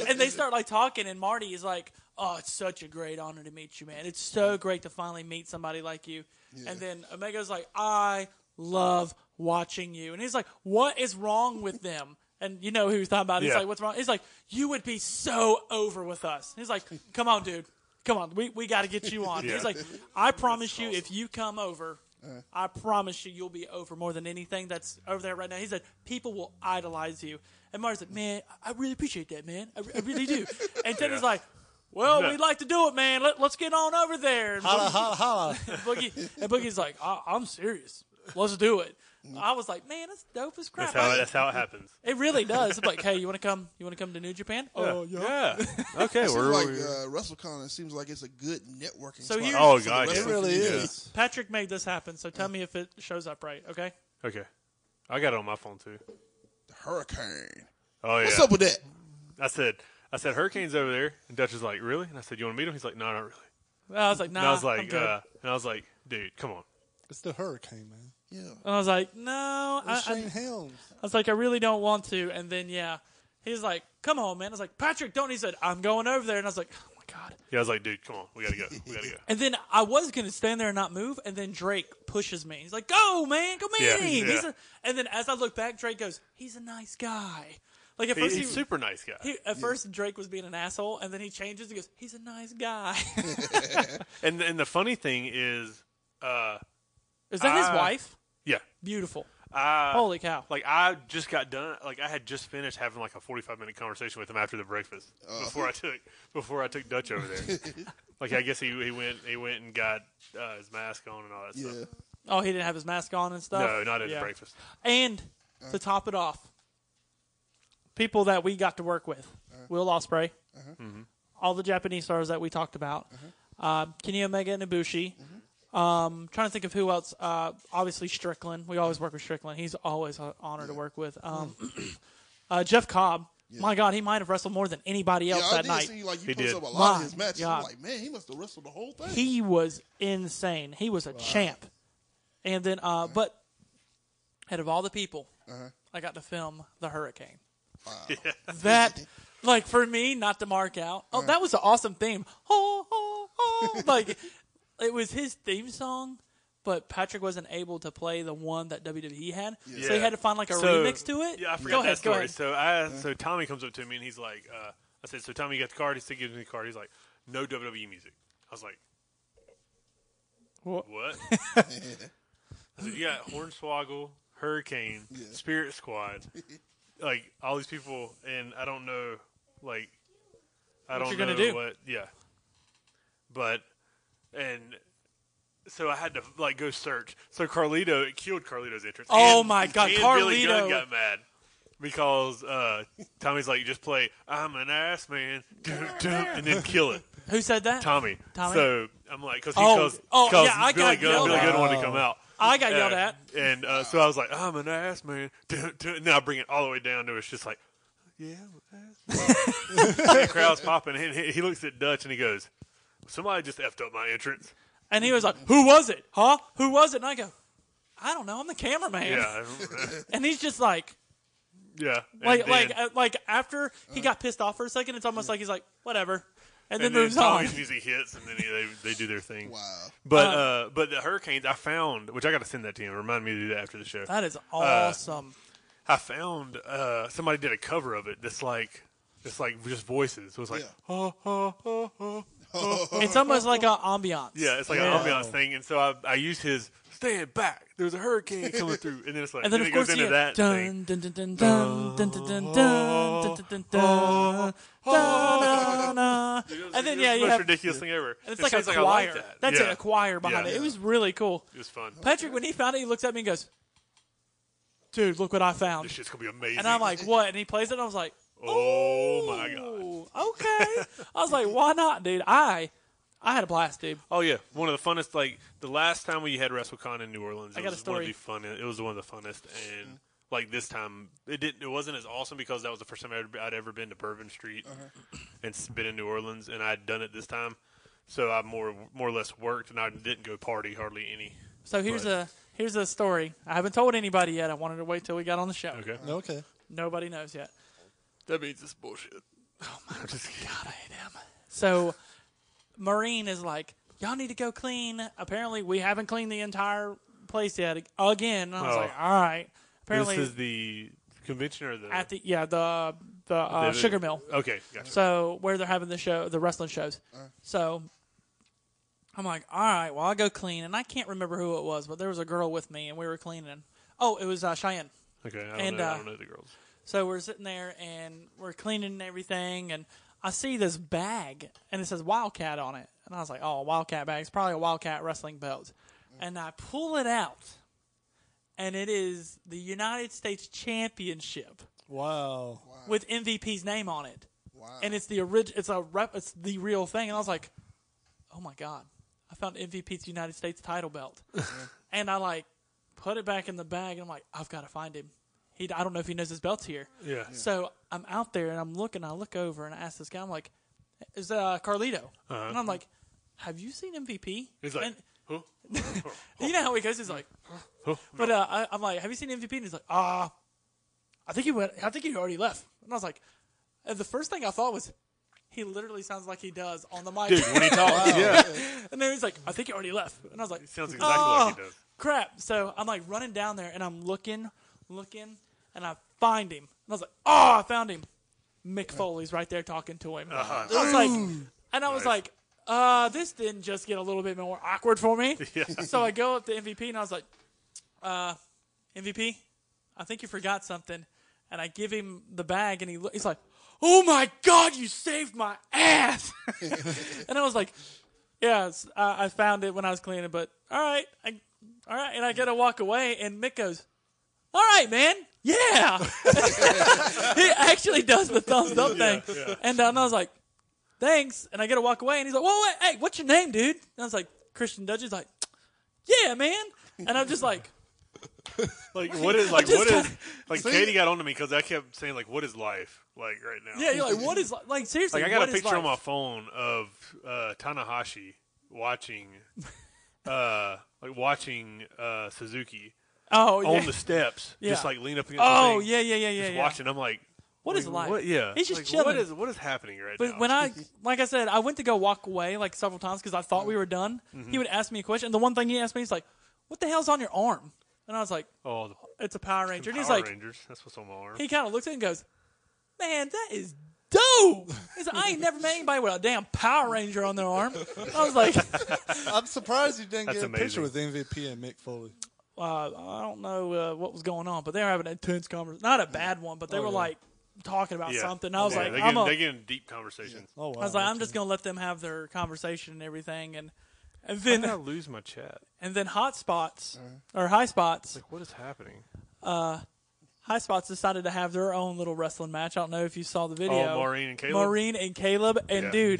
and they start like talking, and Marty is like, "Oh, it's such a great honor to meet you, man. It's so great to finally meet somebody like you." And then Omega's like, "I love watching you," and he's like, "What is wrong with them?" And you know who he's talking about. He's Yeah. like, "What's wrong?" He's like, "You would be so over with us." He's like, "Come on, dude." Come on, we, we got to get you on. Yeah. Uh-huh. He's like, I promise you, if you come over, I promise you, you'll be over more than anything that's over there right now. He said, people will idolize you. And Marty's like, man, I really appreciate that, man. I, I really do. And Teddy's Yeah. like, well, Yeah. we'd like to do it, man. Let, let's get on over there. And Holla, holla, holla. Boogie, and Boogie's like, I, I'm serious. Let's do it. I was like, man, that's dope as crap. Mm-hmm. That's how, that's how it happens. it really does. It's like, hey, you want to come? You want to come to New Japan? Oh, yeah. Yeah. Okay. Seems we're, like we're- uh, WrestleCon it seems like it's a good networking. So spot here's- oh for the god, rest yeah. of It really the- is. Patrick made this happen, so tell me if it shows up right, okay? Okay, I got it on my phone too. Hurricane. Oh yeah. What's up with that? I said, I said, Hurricane's over there, and Dutch is like, really? And I said, you want to meet him? He's like, no, not really. I was like, nah. And I was I'm like, good. uh, and I was like, dude, come on. It's the hurricane, man. Yeah. And I was like, no. I, It's I, Shane Helms. I was like, I really don't want to. And then, yeah, he's like, come on, man. I was like, Patrick, don't. He said, I'm going over there. And I was like, oh my God. Yeah, I was like, dude, come on, we gotta go, we gotta go. And then I was going to stand there and not move. And then Drake pushes me. He's like, go, man. Go meet Yeah, him. yeah. He's a, and then as I look back, Drake goes, he's a nice guy. Like, at He- first, he, he's super nice guy, he- at first Drake was being an asshole. And then he changes. He goes, he's a nice guy. and and the funny thing is, uh, Is that his Ah. wife? yeah, Beautiful. I Holy cow. like I just got done, like I had just finished having like a forty-five minute conversation with him after the breakfast before I took before I took Dutch over there. like I guess he he went he went and got uh, his mask on and all that Yeah. stuff. Oh, he didn't have his mask on and stuff? No, not at Yeah. the breakfast. And to top it off, people that we got to work with Uh-huh. Will Ospreay, Mm-hmm. all the Japanese stars that we talked about, Uh-huh. um, Kenny Omega and Ibushi. Um, trying to think of who else. Uh, obviously, Strickland. We always work with Strickland. He's always an honor to work with. Um, uh, Jeff Cobb. My God, he might have wrestled more than anybody else yeah, I that did night. see like you He post did. up a lot My of his matches. God. I'm like, man, he must have wrestled the whole thing. he was insane. He was a champ. And then, uh, but out of all the people, I got to film the hurricane. that, like, for me, not to mark out. Oh, that was an awesome theme. Oh, oh, oh. like, it was his theme song. But Patrick wasn't able to play the one that WWE had, so he Yeah. had to find like a So- remix to it. Yeah, I forgot go that ahead, story. Go ahead. So I, so Tommy comes up to me and he's like, uh, I said, so Tommy, you got the card? He still gives me the card. He's like, no WWE music. I was like, What? What? I said, you got Hornswoggle, Hurricane, Spirit Squad, like all these people, and I don't know, like, I What don't you're know gonna do. what. Yeah, but and. So I had to like go search. So Carlito, it killed Carlito's interest. Oh And- my God, and Billy Carlito. Gunn got mad because uh, Tommy's like, just play "I'm an ass man" and then kill it, Who said that? Tommy. Tommy? So I'm like, because he Oh, calls, oh, calls yeah, I Billy got Gunn, yelled Billy at. Gunn wanted to come out. I got Uh, yelled at. and uh, so I was like, "I'm an ass man," and then I bring it all the way down to it's just like, "Yeah, I'm an ass man." the crowd's popping, and he, he looks at Dutch and he goes, "Somebody just effed up my entrance." And he was like, "Who was it? Huh? Who was it?" And I go, "I don't know. I'm the cameraman." Yeah, And he's just like, yeah. And like, then- like, uh, like after he got pissed off for a second, it's almost like he's like, whatever, and and, then then moves on. Tommy's music hits, and then he, they they do their thing. wow. But uh, but the hurricanes I found, which I got to send that to you. Remind me to do that after the show. That is awesome. I found uh, somebody did a cover of it. That's like it's like just voices. So it's like Yeah. oh, oh, oh, oh. it's almost like an ambiance. yeah, it's like Yeah. an ambiance thing. And so I I used his stand back. There's a hurricane coming through, and then it's like And then, it of course goes you into that thing. dun, dun, dun, dun, dun, dun, dun, dun, dun, dun, dun, dun, dun, dun, dun, dun. and It then was yeah, the you most have ridiculous thing ever. it's It like a sounds I choir. like that. That's yeah. it, a choir behind Yeah. it. It was really cool. It was fun. Patrick, when he found it, he looks at me and goes, "Dude, look what I found." This shit's gonna be amazing. And I'm like, "What?" And he plays it. and I was like, oh my god. Ooh, okay. I was like, why not, dude? I I had a blast, dude. Oh yeah, one of the funnest. Like the last time we had WrestleCon in New Orleans, I it got a was one of the story. fun. It was one of the funnest, and like this time, it didn't. It wasn't as awesome because that was the first time I'd, I'd ever been to Bourbon Street Uh-huh. and s- been in New Orleans, and I'd done it this time. So I more more or less worked, and I didn't go party hardly any. So here's a here's a story. I haven't told anybody yet. I wanted to wait till we got on the show. Okay. No, okay. Nobody knows yet. That means it's bullshit. Oh my god, I hate him. So Marine is like, y'all need to go clean. Apparently, we haven't cleaned the entire place yet again. And I was Oh. like, all right. Apparently, This is the convention or the at the yeah the the uh, the- sugar mill. Okay, gotcha. So where they're having the show, the wrestling shows. So I'm like, all right, well I'll go clean, and I can't remember who it was, but there was a girl with me, and we were cleaning. Oh, it was uh, Cheyenne. okay, I don't, and, know, I uh, don't know the girls. So we're sitting there and we're cleaning and everything, and I see this bag and it says Wildcat on it, and I was like, "Oh, Wildcat bag. It's probably a Wildcat wrestling belt." And I pull it out, and it is the United States Championship Wow. with MVP's name on it, Wow. and it's the orig- It's a rep. It's the real thing. And I was like, "Oh my god, I found MVP's United States title belt," and I like put it back in the bag, and I'm like, "I've got to find him." He, I don't know if he knows his belt's here. Yeah. So I'm out there and I'm looking. I look over and I ask this guy. I'm like, "Is uh, Carlito?" And I'm like, "Have you seen MVP?" Uh-huh. He's like, and huh? you know how he goes. He's like, "But uh, I, I'm like, have you seen MVP?" And he's like, "Ah, I think he went. I think he already left." And I was like, and the first thing I thought was, he literally sounds like he does on the mic. Dude, when he talks, yeah, and then he's like, "I think he already left." And I was like, sounds exactly "Oh, like he does. Crap. So I'm like running down there and I'm looking, looking, and I find him. And I was like, oh, I found him. Mick Foley's right there talking to him. Uh-huh. I was like, and I Nice. was like, uh, this didn't just get a little bit more awkward for me. So I go up to MVP and I was like, uh, MVP, I think you forgot something. And I give him the bag and he lo- he's like, oh my God, you saved my ass. and I was like, yeah, it's, I, I found it when I was cleaning, but all right, I, all right, and I gotta walk away, and Mick goes, "All right, man, yeah." he actually does the thumbs up thing, and, uh, and I was like, "Thanks," and I gotta walk away, and he's like, "Whoa, wait, hey, what's your name, dude?" And I was like, "Christian Dudge's like, "Yeah, man," and I'm just like, Like what is like what just is like Katie got onto me because I kept saying like what is life like right now? "Yeah, you're like, what is li- like seriously?" like I got what a is picture on my life?" phone of uh, Tanahashi watching, uh, like watching uh, Suzuki Oh yeah. on the steps, just Yeah. like lean up against. Oh the thing, yeah, yeah, yeah, yeah. just yeah. watching. I'm like, What is like, life? What, yeah, he's just like, chilling. What is what is happening right But now? when I, like I said, I went to go walk away like several times because I thought we were done. Mm-hmm. He would ask me a question. And the one thing he asked me, he's like, "What the hell's on your arm?" And I was like, oh, the "It's a Power Ranger." and he's Power like, Rangers. That's what's on my arm. he kind of looks at it and goes, "Man, that is dope." He's like, "I ain't never met anybody with a damn Power Ranger on their arm." And I was like, I'm surprised you didn't That's get a picture with amazing. MVP and Mick Foley. uh, "I don't know uh, what was going on, but they were having an intense conversation. Not a bad one, but they Oh, were yeah. like talking about yeah. something." I was yeah, like, they "I'm get, a, they get in deep conversations. Oh wow. I was like, I'm okay. just gonna let them have their conversation and everything." And and Then then I lose my chat. And then hot spots or high spots. Uh-huh. Like what is happening? High spots decided to have their own little wrestling match. I don't know if you saw the video. Oh, Maureen and Caleb. Maureen and Caleb. And Yeah. dude,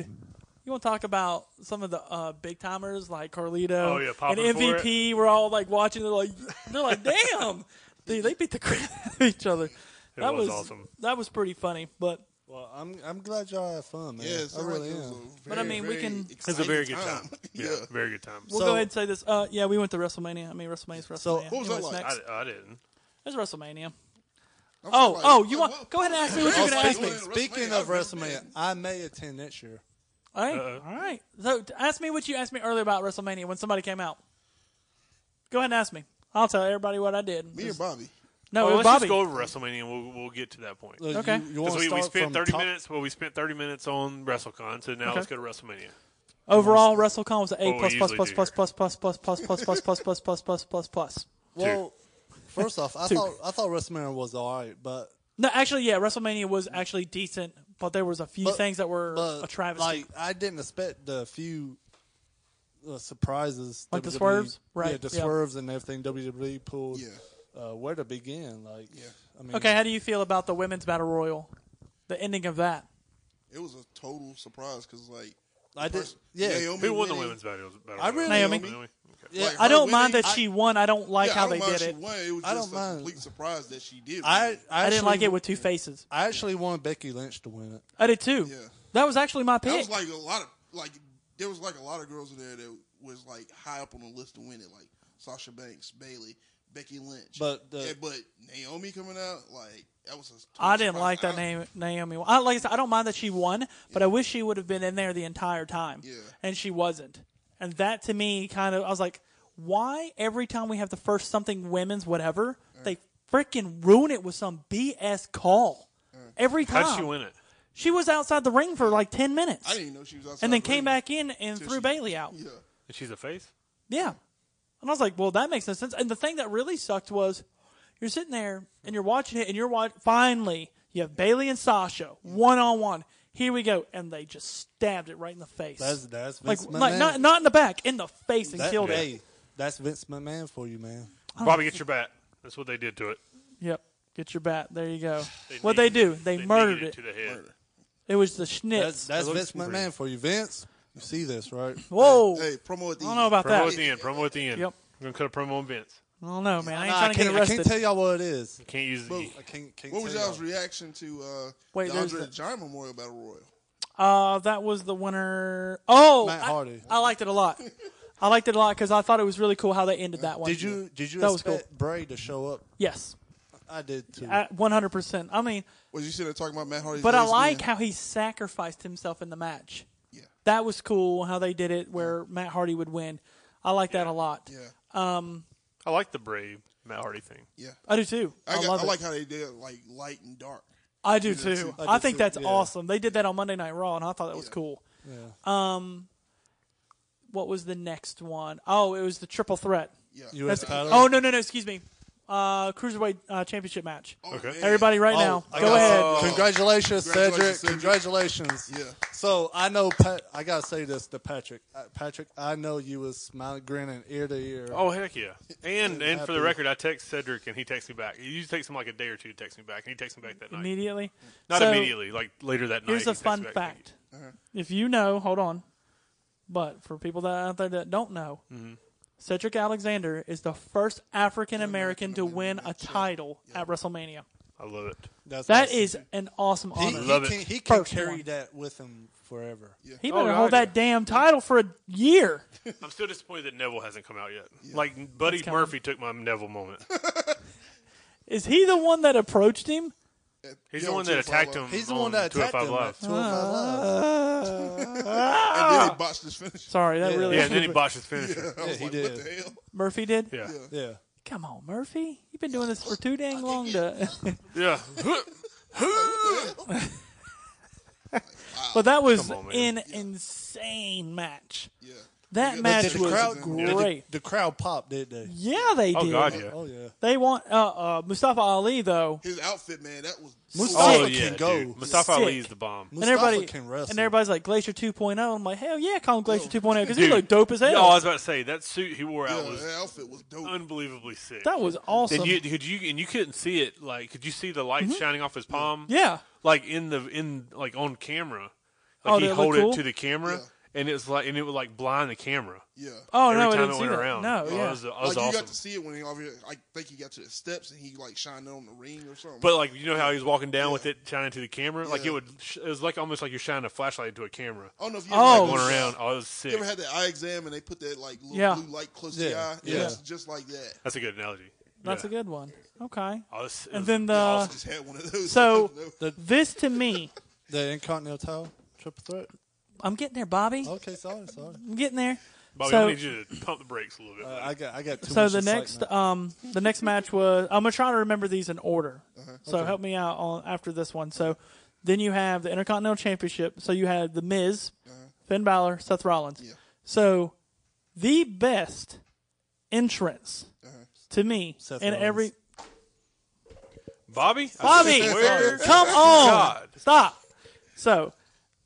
you want to talk about some of the uh, big timers like Carlito Oh, yeah, and popping for MVP? We're all like watching. They're like, they're like, damn, dude, they beat the crap out of each other. that was awesome. That was pretty funny, but. Well, I'm I'm glad y'all had fun, man. yeah, it I sounds really like it was am. a But I very, mean, we very can- It was a very good exciting time. Yeah, very good time. We'll So- go ahead and say this. Uh, yeah, we went to WrestleMania. I mean, WrestleMania's WrestleMania. So- What was that Anyways, like? Next. I, I didn't. It's WrestleMania. I'm Oh, like, oh, you what- want? Go ahead and ask me what you're Oh, going to ask me. speaking, speaking of WrestleMania, I may attend next year. All right. Uh-oh. All right. So t- ask me what you asked me earlier about WrestleMania when somebody came out. Go ahead and ask me. I'll tell everybody what I did. me or Bobby? no, Well, Oh, it Oh, let's was Bobby. just go over WrestleMania and we'll, we'll get to that point. Look, Okay. You, you Because want to we, start we spent from 30 top- minutes. Well, we spent 30 minutes on WrestleCon, so now let's Okay. go to WrestleMania. Overall, WrestleCon was an A What we plus plus Oh, usually plus do plus here. plus plus plus plus plus plus plus plus plus plus plus plus. Well, first off, I thought I thought WrestleMania was all right, but No, actually, yeah, WrestleMania was actually decent, but there was a few But- things that were but a travesty, like I didn't expect the few uh, surprises, Like the WWE swerves? yeah, Right, the yeah. swerves and everything WWE pulled. Yeah. Uh, where to begin? Like, I mean, okay, how do you feel about the women's battle royal? The ending of that. It was a total surprise because like I the did- first- yeah. Naomi Who won the winning- women's battle? battle I really- Naomi. Okay. Yeah, like, I her don't mind winning- that she won. I don't like yeah, how I don't they mind did she it. Won. It was I just don't a mind. complete surprise that she did. I, win. I didn't like actually- it with two faces. I actually wanted Becky Lynch to win it. I did too. Yeah. That was actually my that pick. was like a lot of like there was like a lot of girls in there that was like high up on the list to win it. Like Sasha Banks, Bailey, Becky Lynch. But the- yeah, but Naomi coming out like that was. A I didn't like that I- name, Naomi. I, like I said, I don't mind that she won, but I wish she would have been in there the entire time. Yeah. And she wasn't. And that to me kind of, I was like, why every time we have the first something women's whatever, they freaking ruin it with some BS call? Every time. How'd she win it? She was outside the ring for like 10 minutes. I didn't even know she was outside. and then the came ring. back in and threw she- Bailey out. Yeah, And she's a face. Yeah. And I was like, well, that makes no sense. And the thing that really sucked was you're sitting there and you're watching it and you're watch- finally you have Bailey and Sasha one on one. Here we go. And they just stabbed it right in the face. That's that's like, Vince McMahon. like not, not in the back, in the face and that, killed it. hey, that's Vince McMahon for you, man. Oh. Bobby, get your bat. That's what they did to it. Yep. Get your bat. There you go. They what they do? kneed- They, kneed murdered it it. to the head. murder. It was the That's schnitz. that's That Vince looks McMahon pretty. for you, Vince. You see this, right? Whoa. Hey, promo at the I don't know about Promo that. at the end. Promo at the end. Yep. We're gonna cut a promo on Vince. I don't know, man. I ain't Nah, trying to can't, get I can't arrested. tell y'all what it is. Can't use the. Well, I can't. can't What was tell y'all's reaction to uh, Wait, the there's Andre the- the Giant Memorial Battle Royal? Uh, that was the winner. Oh, Matt I- Hardy. I, liked it a lot. I liked it a lot because I thought it was really cool how they ended that one. Did you did you That was expect Bray to show up? Yes, I did too. one hundred percent. I mean, Was you sitting there talking about Matt Hardy's? but I legs like being- how he sacrificed himself in the match. Yeah, That was cool how they did it, where Matt Hardy would win. I like that a lot. yeah, I like the brave Matt Hardy thing. yeah. I do too. I, I, got, love I it. like how they did like light and dark. I do do too. too. I, I do think too, that's yeah. awesome. They did that on Monday Night Raw, and I thought that was cool. Um, what was the next one? Oh, it was the triple threat. Yeah. U.S. That's- title. Oh no no no! Excuse me. Uh, cruiserweight uh, championship match. Okay. man. Everybody, right Oh, now, I go got ahead. some- Congratulations, Cedric. Cedric. Congratulations. Yeah. So I know Pat. I gotta say this to Patrick. Uh, Patrick, I know you was smiling, grinning ear to ear. Oh heck yeah! And and for the happy. record, I text Cedric and he texts me back. It usually takes him like a day or two to text me back, and he texts me back that night. immediately. Not So, immediately, like later that night. Here's he a texts fun back, thank fact. If you know, hold on. But for people that out there that don't know, Mm-hmm. Cedric Alexander is the first African American to win a title at WrestleMania. you. I love it. That's That awesome. is an awesome He, honor. he Love it. can, he can First carry one. that with him forever. He Oh, better God, hold that yeah. damn title for a year. I'm still disappointed that Neville hasn't come out yet. Like Buddy It's coming. Murphy took my Neville moment. Is he the one that approached him? He's Yeah, the on one that 205 attacked him. Live. He's the on one that attacked 205 him. Live. at Ah, And then he 205 Live. botched his finish. Sorry, that Yeah. really. Yeah, and then he botched his finisher. I Yeah, was he like, did. What the hell? Murphy did. Yeah, Yeah. Come on, Murphy. You've been doing this for too dang long. To... yeah. but that was Come on, man. an insane match. Yeah. That But match did the was crowd- great. did The, the crowd popped, did they? yeah, they Oh did. God, yeah. Oh yeah. They want uh, uh, Mustafa Ali though, His outfit, man, that was. Mustafa Oh yeah, can go. dude. Mustafa Sick. Ali is the bomb. and Mustafa everybody can wrestle. and everybody's like Glacier 2.0. I'm like, hell yeah, call him Glacier 2.0 because he Dude. looked dope as hell. No, I was about to say that suit he Oh, wore Yeah, out was that outfit was dope. unbelievably sick. that was awesome. and you could you and you couldn't see it like could you see the Mm-hmm. light shining off his palm? yeah, like in the in like on camera. Like Oh, he did it look hold it cool? to the camera, and it's like and it would like blind the camera yeah. oh every no, I time didn't it see went that. around. No, Oh, yeah, it was, it was like you awesome. got to see it when he over here. I think he got to the steps and he like shined it on the ring or something. But like you know how he was walking down with it shining to the camera, like it Yeah. would. Sh- it was like almost like you're shining a flashlight into a camera. I don't know if you Oh, ever, Going like, shit. around, oh, it was You sick. ever had that eye exam and they put that like little Yeah. blue light close to the Yeah. eye? Yeah. Just, just like that. That's a good analogy. that's Yeah. a good one. Okay, Oh, it was- it and was- then I the also just had one of those. Uh, so uh, The- this to me, The Intercontinental Triple Threat. I'm getting there, Bobby. Okay, sorry, sorry. I'm getting there. Oh. Bobby, so I need you to pump the brakes a little bit. Uh, I got I got too so much the next excitement. um the next match was I'm gonna try to remember these in order. So help me out on after this one. So then you have the Intercontinental Championship. So you had the Miz, Finn Balor, Seth Rollins. Yeah. So the best entrance to me Seth in Rollins. every Bobby, I Bobby, swear to come on, God. stop. So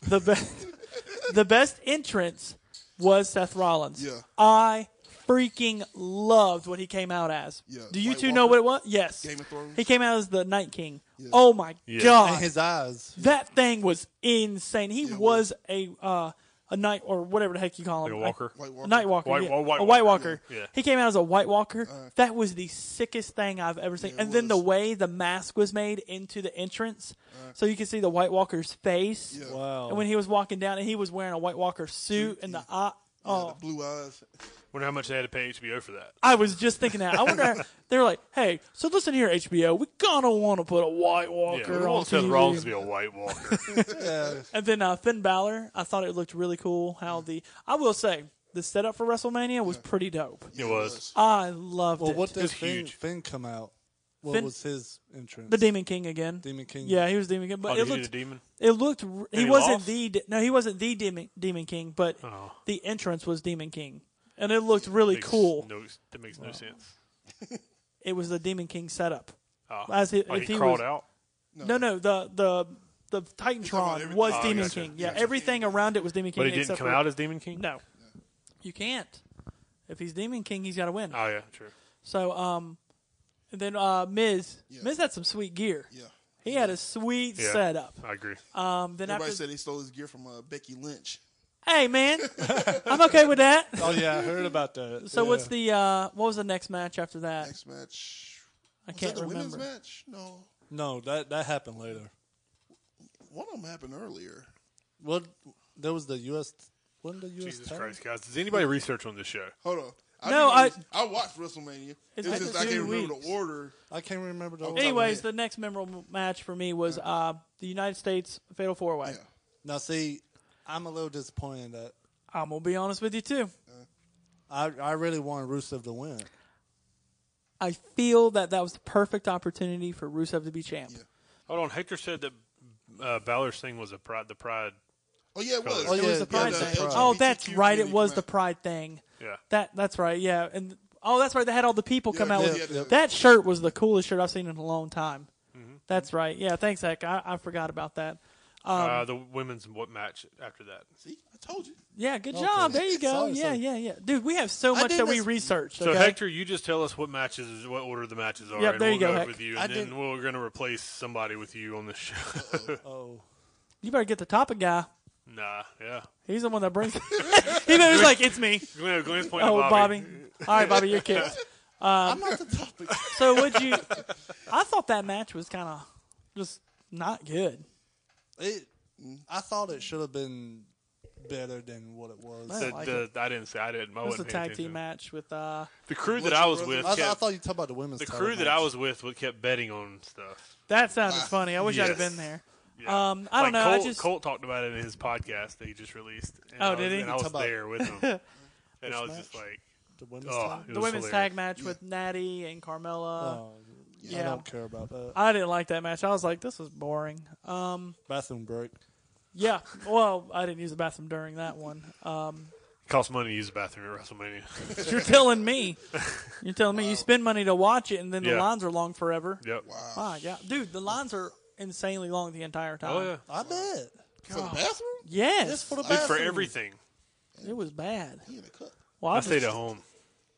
the best the best entrance was Seth Rollins. Yeah. I freaking loved what he came out as. Yeah, Do you White two know Walker. what it was? Yes. Game of Thrones. He came out as the Night King. Oh my god, and his eyes. that thing was insane. He it was a uh, a night or whatever the heck you call him, Like a walker? A, White Walker. night walker, White- yeah. wa- White a white Walker. walker. Yeah. Yeah. He came out as a white walker. Uh, that was the sickest thing I've ever seen. and then the way the mask was made into the entrance, so you could see the white walker's face. Uh, Yeah. Wow. And when he was walking down, and he was wearing a white walker suit, and the Yeah, eye. the Oh, blue eyes. Wonder how much they had to pay HBO for that. I was just thinking that. I wonder. how- they're like, hey, so listen here, HBO. We gonna want to put a Yeah, White Walker we on won't tell TV. Rollins to be a White Walker. And then uh, Finn Balor, I thought it looked really cool. How the I will say the setup for WrestleMania was pretty dope. it was. I loved Well, it. what did It's Finn, huge. Finn come out? What Finn- was his entrance? the Demon King again. Demon King. Yeah, he was Demon King, Oh, but did it he do the looked demon? it looked. r- He, he wasn't lost? the de- no, he wasn't the Demon Demon King, but Oh. the entrance was Demon King, and it looked really Makes cool. No, that makes no sense. It was the Demon King setup. Oh. As he- Like if he he crawled was- out. No, no, the the the Titantron everything. was Oh, Demon gotcha, King. Yeah, everything around it was Demon King. But he didn't except come for- out as Demon King? No, you can't. If he's Demon King, he's got to win. Oh, yeah, true. So, um, and then uh, Miz, Miz had some sweet gear. Yeah. He had a sweet Yeah. setup. I agree. Um, then Everybody after, said they stole his gear from uh, Becky Lynch. hey man, I'm okay with that. Oh yeah, I heard about that. So yeah. what's the uh, what was the next match after that? Next match. I Was can't that the remember. women's match? No. No, that that happened later. One of them happened earlier. What? There was the U.S. Wasn't the U.S. Jesus title? Christ, guys. Does anybody research on this show? Hold on. I No, think it I- was- I watched WrestleMania. It's, been just two I can't remember weeks. the order. I can't remember Oh, the. Okay. Anyways, Yeah. the next memorable match for me was uh, the United States Fatal Four Way. Yeah. Now see, I'm a little disappointed that I'm gonna be honest with you too. I I really wanted Rusev to win. I feel that that was the perfect opportunity for Rusev to be champ. Yeah. Hold on. Hector said that uh, Balor's thing was a pride, the pride. Oh yeah, it was. Oh, It It yeah, was the it pride was the thing. pride. Oh, that's LGBTQ right. It community was come the out. pride thing. Yeah. That that's right. Yeah, and oh, that's right. They had all the people come Yeah, out. yeah, with yeah. That shirt was the coolest shirt I've seen in a long time. Mm-hmm. That's right. Yeah, thanks, Heck. I, I forgot about that. Um, uh, the women's what match after that? See, I told you. Yeah, good job. There you go. Sorry, yeah, sorry. yeah, yeah. Dude, we have so I much did that we this- researched. So okay? Hector, you just tell us what matches, what order the matches are, Yep, and there we'll you go, go Heck. with you, I and then did- we're going to replace somebody with you on this show. Oh, you better get the topic guy. nah, yeah. He's the one that brings. he was like, "It's me." Glenn, Glenn's point. Oh, Bobby. Bobby. All right, Bobby, you're kicked. I'm not the topic. So, would you? I thought that match was kind of just not good. it, I thought it should have been better than what it was. Man, The, I like the, I didn't say I didn't. I It was a wasn't paying tag team attention. match with uh, The crew that I was brother? with, I, th- I kept, thought you talked about the women's. the title crew that match. I was with, would- kept betting on stuff. That sounded funny. I wish I'd have Yes. been there. Yeah. Um, I Like, don't know. I Colt, just Colt talked about it in his podcast that he just released. And Oh, I was, did he? And I was Talk about- there with him, and I Which was just match? like, the women's. oh, title? it the was women's hilarious. tag match with Natty and Carmella. Oh, yeah, I don't care about that. I didn't like that match. I was like, this was boring. Um, Bathroom break. yeah. Well, I didn't use the bathroom during that one. Um, Cost money to use the bathroom at WrestleMania. you're telling me. You're telling me you spend money to watch it, and then the Yeah. lines are long forever. yep. Wow. Wow, yeah, dude, the lines are insanely long the entire time. Oh yeah. I bet. For the bathroom? Yes, Just for the Good for bathroom. everything. it was bad. He in a cup. Well, I was- stayed at home.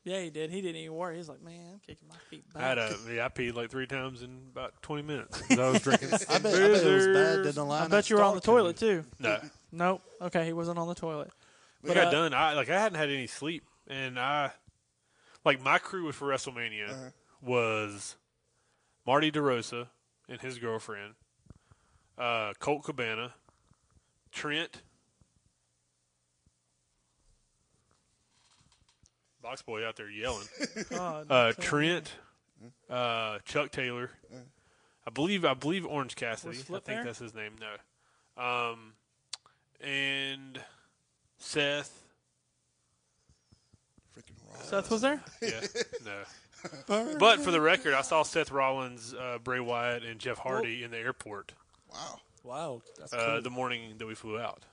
Yeah, he did. He didn't even worry. He's like, man, I'm kicking my feet back. I had a yeah, I peed like three times in about twenty minutes. 'cause I was drinking. I bet, I bet it was bad. Did Boozers. the line I bet you were on the toilet too. No, Nope. Okay, he wasn't on the toilet. we But, got uh, done. I like I hadn't had any sleep, and I like my crew for WrestleMania was Marty DeRosa and his girlfriend, uh, Colt Cabana, Trent, Box Boy out there yelling. God. uh, Trent, uh, Chuck Taylor. I believe I believe Orange Cassidy. I Flip think there? that's his name. No, um, and Seth. Freaking raw. Seth was there. Yeah, no. But for the record, I saw Seth Rollins, uh, Bray Wyatt, and Jeff Hardy in the airport Wow. Wow, that's uh, cool. the morning that we flew out.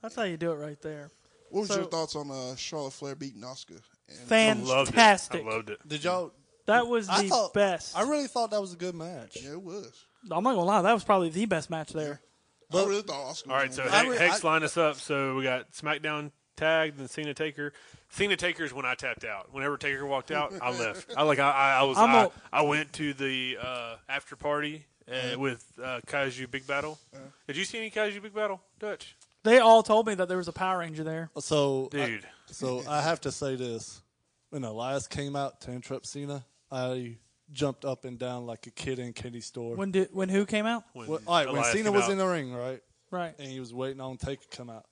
That's how you do it right there. What was So- your thoughts on uh, Charlotte Flair beating Oscar? And Loved it. Fantastic. I loved it. Did y'all? That was the I thought best. I I really thought that was a good match. yeah, it was. am not gonna lie. That was probably the best match there. I really thought Oscar. All right, was so gonna I Hex, re- Hex I- line us up. So we got SmackDown tagged and Cena Taker. Cena Taker's when I tapped out. Whenever Taker walked out, I left. I like I, I, I was I'm I, a- I went to the uh, after party Uh-huh. uh, with uh, Kaiju Big Battle. Did you see any Kaiju Big Battle, Dutch They all told me that there was a Power Ranger there. So, I- dude? so I have to say this: when Elias came out to interrupt Cena, I jumped up and down like a kid in a candy store. When did when who came out? Well, all right, Elias when Cena came was out. in the ring, right, Right. and he was waiting on Taker to come out.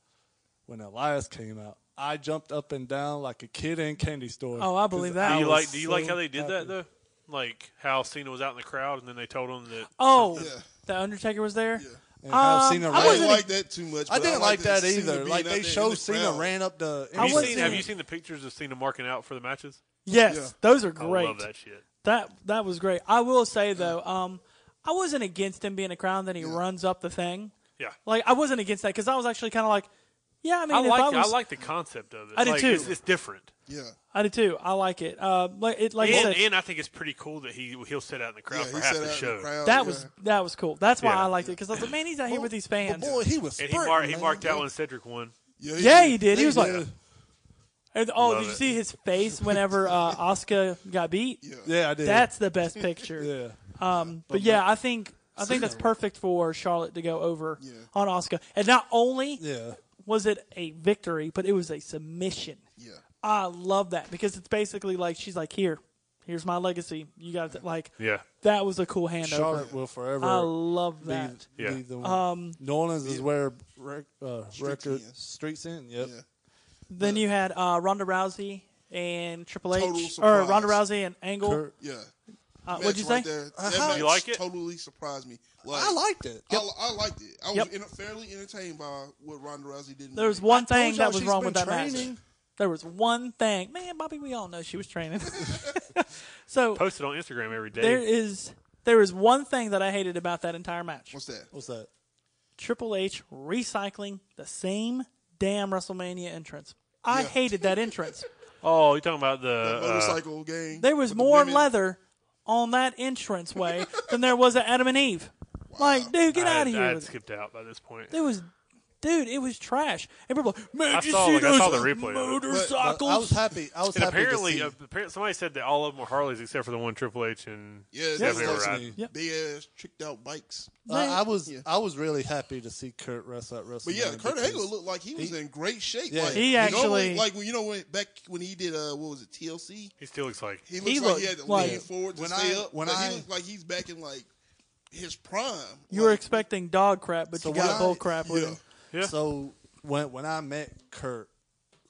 When Elias came out, I jumped up and down like a kid in candy store. Oh, I believe 'Cause that. I Do you was like? Do you like so how they did happy. that though? Like how Cena was out in the crowd, and then they told him that. Oh, Yeah. the Undertaker was there. And how Um, Cena I ran- I didn't wasn't- like that too much. I but didn't like liked that Cena either. being Like out they there in showed the Cena crowd. ran up the. I Have you, wasn't- seen, have you seen the pictures of Cena marking out for the matches? Yes, Yeah. those are I great. love that shit. That that was great. I will say though, um, I wasn't against him being a crown. Then he runs up the thing. Yeah, Like I wasn't against that because I was actually kind of like, yeah. I mean, I if like. I, was, I like the concept of it. I do Like, too. It's, it's different, Yeah, I do too. I like it. Uh, like it, like I and, said, and I think it's pretty cool that he he'll sit out in the crowd yeah. for He half sat the out in show. the crowd. that Oh, yeah. was that was cool. That's why Yeah. I liked it because I was like, man, he's out here with these fans. But boy, he was. and he, spurting, mar- he man. marked out one Cedric won. Yeah, Yeah, he did. He was like, yeah, And- oh, Love did you it. see his face whenever uh, Oscar got beat? Yeah, I did. That's the best picture. yeah. Um, but yeah, I think I think that's perfect for Charlotte to go over Yeah. on Oscar. And not only Yeah. was it a victory, but it was a submission. yeah. I love that because it's basically like she's like, here, here's my legacy. You got to, like Yeah, that was a cool handover. Charlotte will I forever love be, that. Yeah. be the one. Um, New Orleans is where rec- uh, record in. streets in. Yep. Yeah. Then you had uh, Ronda Rousey and Triple H, Total or surprise. Ronda Rousey and Angle. Kurt- Yeah. Uh, Match what'd you right say? There, Uh, that how- match You like it? Totally surprised me. Like, I liked it. I, I liked it. I was Yep. in, fairly entertained by what Ronda Rousey did. in There was the ring. one told thing y'all that was she's wrong been with that match. training. There was one thing. Man, Bobby, we all know she was training. so posted on Instagram every day. there is there is one thing that I hated about that entire match. What's that? What's that? Triple H recycling the same damn WrestleMania entrance. I hated that entrance. oh, you're talking about the uh, Motorcycle gang. There was with the more women. leather on that entrance way than there was at Adam and Eve. Like, dude, get I out had, of I here. had with it. skipped out by this point. It was, dude, it was trash. And people, were like, man, I did you saw, see like, I those saw the replay of But motorcycles? I was happy. I was And happy apparently, to uh, see. apparently, somebody said that all of them were Harleys except for the one Triple H and Yeah, Stephanie they were was riding. Yep. big ass tricked out bikes. Uh, I was Yeah. I was really happy to see Kurt wrestle at WrestleMania. But yeah, Kurt because- Angle looked like he was in great shape. Yeah. Like, He you know, actually- when- like when you know when back when he did uh what was it TLC? He still looks like He looks He like he had looked to like- lean forward to When stay I- up. when like, I- he looked like he's back in like his prime. You were Like, expecting dog crap, but So you when got I- bull crap with yeah. him. Yeah. So when when I met Kurt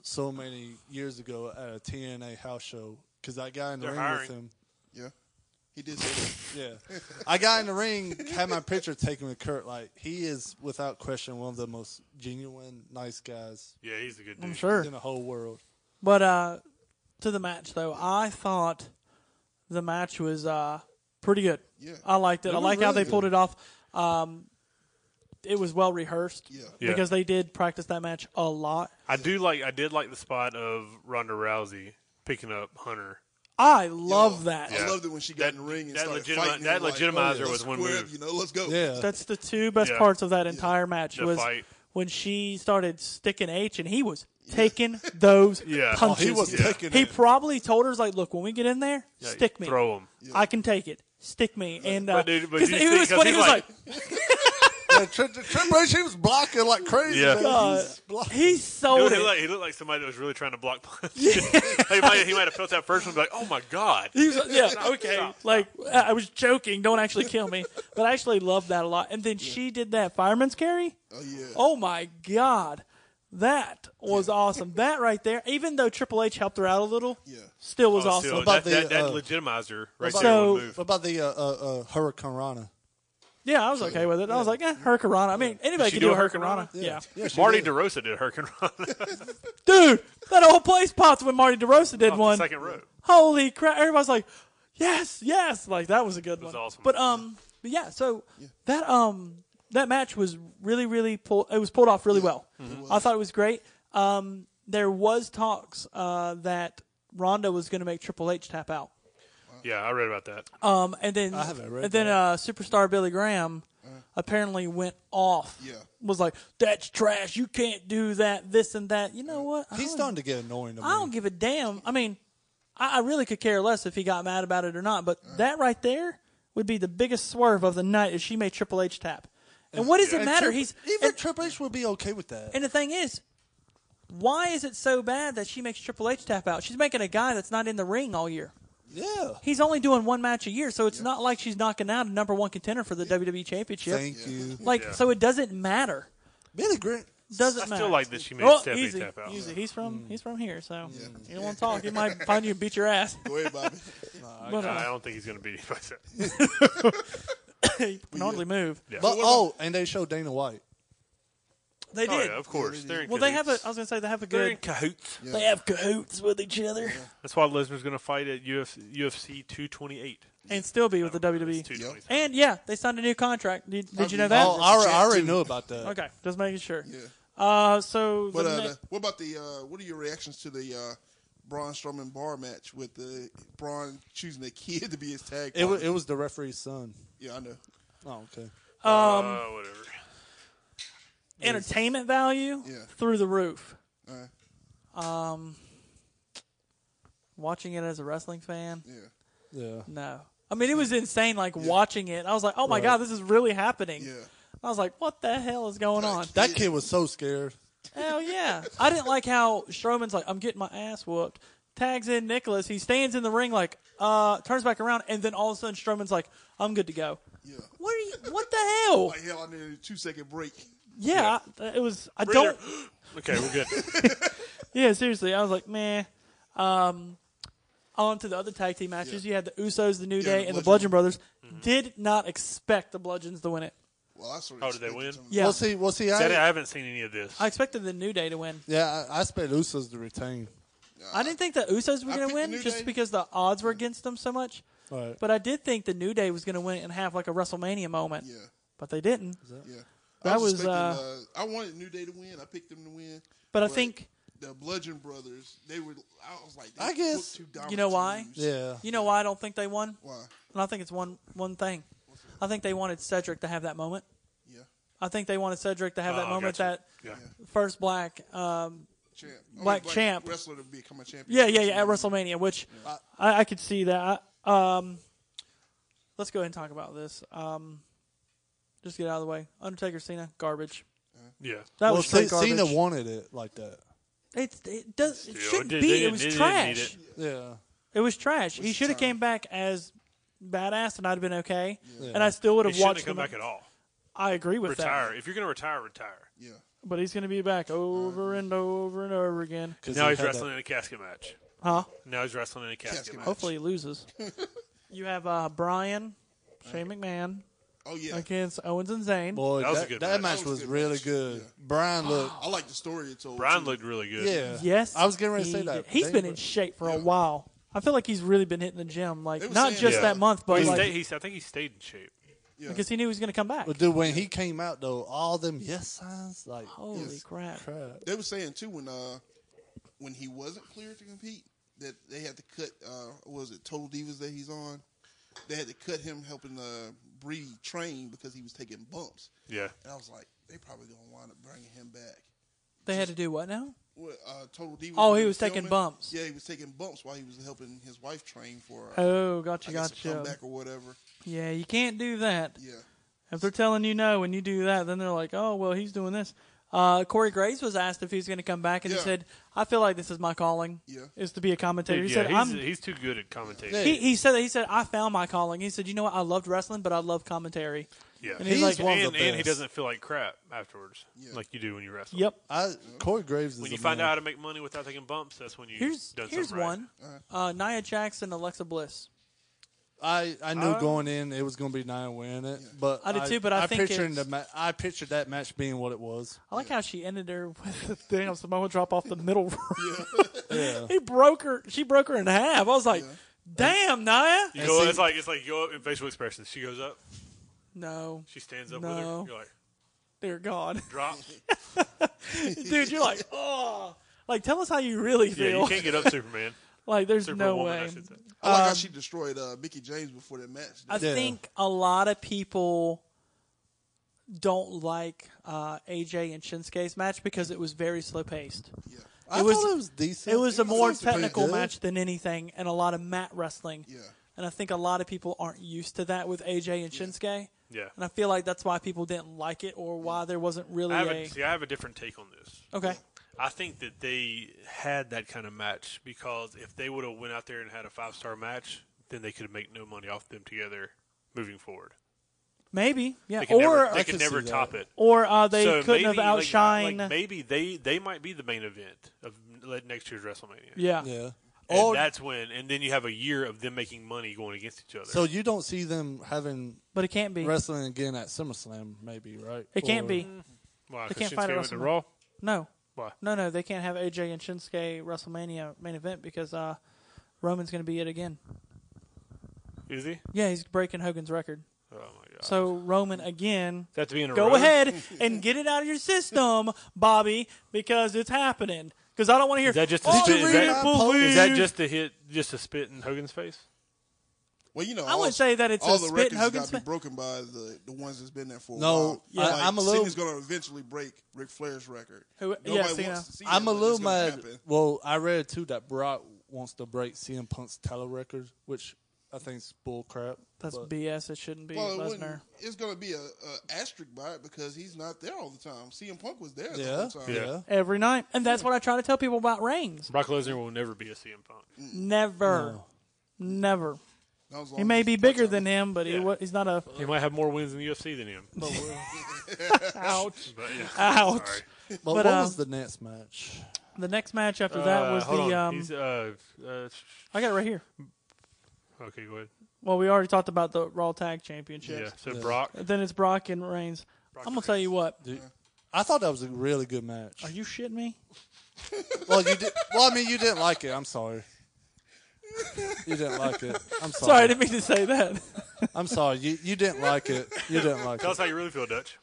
so many years ago at a TNA house show, because I got in the They're ring with hiring. him. yeah, he did. Say that. Yeah, I got in the ring, had my picture taken with Kurt. Like he is without question one of the most genuine, nice guys yeah, he's a good dude. I'm sure. in the whole world. But uh, to the match though, I thought the match was uh, pretty good. Yeah. I liked it. I was like how really they pulled it off. Um, it was well rehearsed. Yeah. Yeah. Because they did practice that match a lot. I do like. I did like the spot of Ronda Rousey picking up Hunter. I love that. I loved it when she got That- in the ring and that started legitimi- fighting. that him, like, "Oh, legitimizer let's was one square up, move. You know, let's go. Yeah, That's the two best Yeah. parts of that entire match The was fight. when she started sticking H and he was taking those Yeah. Oh, punches. he was Yeah. taking He it. probably told her, like, look, when we get in there, Yeah, stick me. Throw him. I can take it. Stick me. And uh, But dude, but 'cause you it see- was 'cause funny. he's He was like- like, yeah Tri- Tri- Triple H, he was blocking like crazy. Yeah. man. God, He's blocking. he He sold looked, it. like, he looked like somebody that was really trying to block punch. he, might, he might have felt that first one, and be like, "Oh my god!" He was like, yeah, okay. Like I I was joking. Don't actually kill me, but I actually loved that a lot. And then she did that fireman's carry. Oh yeah. Oh my god, that was awesome. That right there. Even though Triple H helped her out a little, Yeah. still was Oh, awesome. still, About that, the, that, that uh, legitimizer right about- there. So- would move. What about the uh, uh, uh, Hurricane Rana? yeah, I was okay with it. I was like, eh, Hurricanrana. I mean, anybody she can do do a a Hurricanrana. Hurricanrana? Yeah. Marty DeRosa did Hurricane Run. dude, that whole place popped when Marty DeRosa did one. second row. holy crap everybody's like yes yes like that was a good was one awesome. but um but yeah so that um that match was really really pull, it was pulled off really well Mm-hmm. i thought it was great um there was talks uh that Ronda was going to make Triple H tap out, Yeah, I read about that. um, and then I haven't read and then that. Uh-huh. uh, superstar Billy Graham apparently went off. Yeah. was like that's trash. You can't do that. This and that. You know what? I He's don't- starting to get annoying to me. I don't give a damn. I mean, I, I really could care less if he got mad about it or not. But that right there would be the biggest swerve of the night if she made Triple H tap. And what does it And matter? Trip- He's even and, Triple H would be okay with that. and the thing is, why is it so bad that she makes Triple H tap out? She's making a guy that's not in the ring all year. yeah. He's only doing one match a year, so it's not like she's knocking out a number one contender for the WWE E Championship. Thank you. Like, Yeah. so it doesn't matter. Billy Graham. Doesn't I matter. still like that she made Oh, Stephanie easy, tap out. easy. He's from he's from here, so you don't want to talk. He might find you and beat your ass. Go ahead, Bobby. but, Nah, I uh, don't think he's going to beat anybody. he can hardly move. Yeah. But oh, and they show Dana White. They Oh, did. yeah, of course. They're in well, they have a. cahoots. I was gonna say they have a They're in good. cahoots. Yeah. They have cahoots with each other That's why Lesnar's going to fight at Uf- UFC 228. and still be with the It's WWE. 228. And yeah, they signed a new contract. Did, did you know that? Oh, I, alre- I already Too. knew about that. Okay, just making sure. Yeah. Uh, so But the uh, ne- the, what about the? Uh, what are your reactions to the uh, Braun Strowman bar match with the Braun choosing a kid to be his tag? It, wa- partner? it was the referee's son. yeah, I know. Oh, okay. Um, uh, whatever. entertainment value Yeah. through the roof. All right. Watching it as a wrestling fan, Yeah. Yeah. no. I mean, it was insane. Like watching it, I was like, "Oh my Right. god, this is really happening." Yeah. I was like, "What the hell is going on?" That kid was so scared. Hell yeah. I didn't like how Strowman's like, I'm getting my ass whooped. Tags in Nicholas. He stands in the ring like, uh, turns back around, and then all of a sudden Strowman's like, I'm good to go. Yeah. What are you? What the hell? Like hell, I need a two second break. Yeah, I- it was. I don't. Okay, we're good. Yeah, seriously, I was like, meh. Um, on to the other tag team matches. Yeah. You had the Usos, the New Yeah, Day, the and the Bludgeon Bludgeon Mm-hmm. Brothers. Did not expect the Bludgeons to win it. Well, I sort of. Oh, did they expected win? some of that. Yeah, Well, see, well, see, I, Daddy, I haven't seen any of this. I expected the New Day to win. yeah, I, I expect Usos to retain. I didn't think the Usos were I going to picked the win New just Day. because the odds were against them so much. Right. But I did think the New Day was going to win it and have like a WrestleMania moment. Yeah. But they didn't. Yeah. That I was, expecting, uh, I wanted New Day to win. I picked them to win. But I think the Bludgeon Brothers, they were. I was like, they I looked guess- too dominant You know to why? lose. Yeah. you know why I don't think they won, Why? and I think it's one one thing. I think they wanted Cedric to have that moment. Yeah. I think they wanted Cedric to have that Oh, moment gotcha. that Yeah. first black, um, Champ. I mean, Black champ. wrestler to become a champion. yeah, yeah, yeah, at WrestleMania, which I, I could see that. I, um, let's go ahead and talk about this. Um, just get out of the way. Undertaker, Cena, garbage. Yeah. That well, was straight C- Cena garbage. wanted it like that. It, it does. It Still shouldn't did- they be. It didn't- was they didn't need trash. it. Yeah. It was trash. he Waste should have time. came back as badass, and I'd have been okay. Yeah. And I still would He have shouldn't watched have come him. back at all. I agree with Retire. that. If you're going to retire, retire. Yeah. But he's going to be back over and over and over again. 'Cause Now they he's had wrestling in a casket match. Huh? Now he's wrestling in a casket, Casket match. Hopefully he loses. you have uh, Brian, Shane McMahon Oh yeah. against Owens and Zayn. That, boy, That was a that, good that match. match That was was, a good really match. good. Yeah. Brian looked. I like the story it told. Brian too. looked really good. Yeah. yes. I was getting ready to he say that. did. He's They been were- in shape for Yeah. a while. I feel like he's really been hitting the gym, They like were not saying just that. that month, but He like, stayed, he, I think he stayed in shape. Yeah. because he knew he was going to come back. But dude, when he came out though, all them yes signs, like Holy Yes. crap! crap. They were saying too when uh when he wasn't cleared to compete that they had to cut uh what was it Total Divas that he's on. They had to cut him helping uh Bree train because he was taking bumps. Yeah. And I was like, they probably gonna wind up bringing him back. They had to do what now? What, uh, Total Divas. Oh, when he they was were taking filming? bumps. Yeah, he was taking bumps while he was helping his wife train for uh, Oh, gotcha, I guess a gotcha. comeback or whatever. Yeah, you can't do that. Yeah. If they're telling you no and you do that, then they're like, oh, well, he's doing this. Uh, Corey Graves was asked if he's going to come back, and he Yeah. said, I feel like this is my calling, Yeah. is to be a commentator. Dude, he yeah, said, he's, I'm. he's too good at commentating. Yeah. He, he said that he said I found my calling. He said, you know what? I loved wrestling, but I love commentary. Yeah. And And, he's, like, He's one of and, the best. he doesn't feel like crap afterwards, Yeah. like you do when you wrestle. Yep. I Corey Graves is When a you find man. out how to make money without taking bumps, that's when you Here's done here's something right. one. Uh, Nia Jackson, Alexa Bliss. I I knew going in it was going to be nine winning it, but Uh, I did too, but I think pictured it's- the ma- I pictured that match being what it was. I like how she ended her with the damn Samoa drop off the middle. rope. Yeah, he broke her. She broke her in half. I was like, damn, Nia. You go, see- it's like it's like you go up in facial expressions. She goes up, No, she stands up No. with her. You're like dear God, drop. dude, you're like, oh, like tell us how you really yeah, feel. you can't get up, Superman. Like, there's no Superwoman, I way. should say. I like how she destroyed uh, Mickey James before that match. Um, I Yeah. think a lot of people don't like uh, AJ and Shinsuke's match because it was very slow paced. yeah. I It was- thought it was decent. It was a more was pretty technical good. match than anything, and a lot of mat wrestling. Yeah. And I think a lot of people aren't used to that with AJ and Shinsuke. Yeah. And I feel like that's why people didn't like it or why there wasn't really I have a. a, see, I have a different take on this. Okay. I think that they had that kind of match because if they would have went out there and had a five star match, then they could make no money off them together moving forward. Maybe, yeah. They could Or never, they could could never see that. top it. or uh, they So couldn't have maybe, like- outshine. Like, maybe they they might be the main event of like, next year's WrestleMania. yeah. Yeah. and Or that's when, and then you have a year of them making money going against each other. so you don't see them having but it can't be. wrestling again at SummerSlam, maybe, right? it can't Or- be. Why? they 'Cause can't fight Shinsuke at went to WrestleMania. Raw. No, Why? no, no. They can't have AJ and Shinsuke WrestleMania main event because uh, Roman's going to be it again. Is he? Yeah, he's breaking Hogan's record. Oh my god. So Roman again. Is that to be in a Go row? ahead and get it out of your system, Bobby, because it's happening. Because I don't want to hear. Is that just to oh, spit? you Is that, really is that believe-" just to hit, just to spit in Hogan's face? Well, you know, I all- wouldn't say that it's all a the spit records in got Hogan's to be face. broken by the, the ones that's been there for a No, while. I- I'm a little- Cena's going to eventually break Ric Flair's record. Who- Nobody yeah, wants Cena. to see I'm that, a but little it's gonna mad. happen. Well, I read too that Brock wants to break CM Punk's title record, which I think's bull crap. That's but- BS. It shouldn't be Well, it Lesnar. wouldn't, it's going to be a, a asterisk by it because he's not there all the time. CM Punk was there the yeah, whole time. yeah. every night. And that's what I try to tell people about rings. Brock Lesnar will never be a CM Punk. Never. Never. That was He long may as- be bigger than him, but he Yeah. wa he's not a. He might have more wins in the UFC than him. But Ouch. yeah. Ouch. Sorry. But, But, what uh, was the next match? Uh-huh. The next match after that Uh, was hold the. on. Um, He's, uh, uh, sh- I got it right here. okay, go ahead. Well, we already talked about the Raw Tag Championships. Yeah. So Brock. Then it's Brock and Reigns. I'm going to tell you what. I thought that was a really good match. Are you shitting me? well, you did. Well, I mean, you didn't like it. I'm sorry. You didn't like it. I'm sorry. Sorry, I didn't mean to say that. I'm sorry. You you didn't like it. You didn't like Tell us it. how you really feel, Dutch.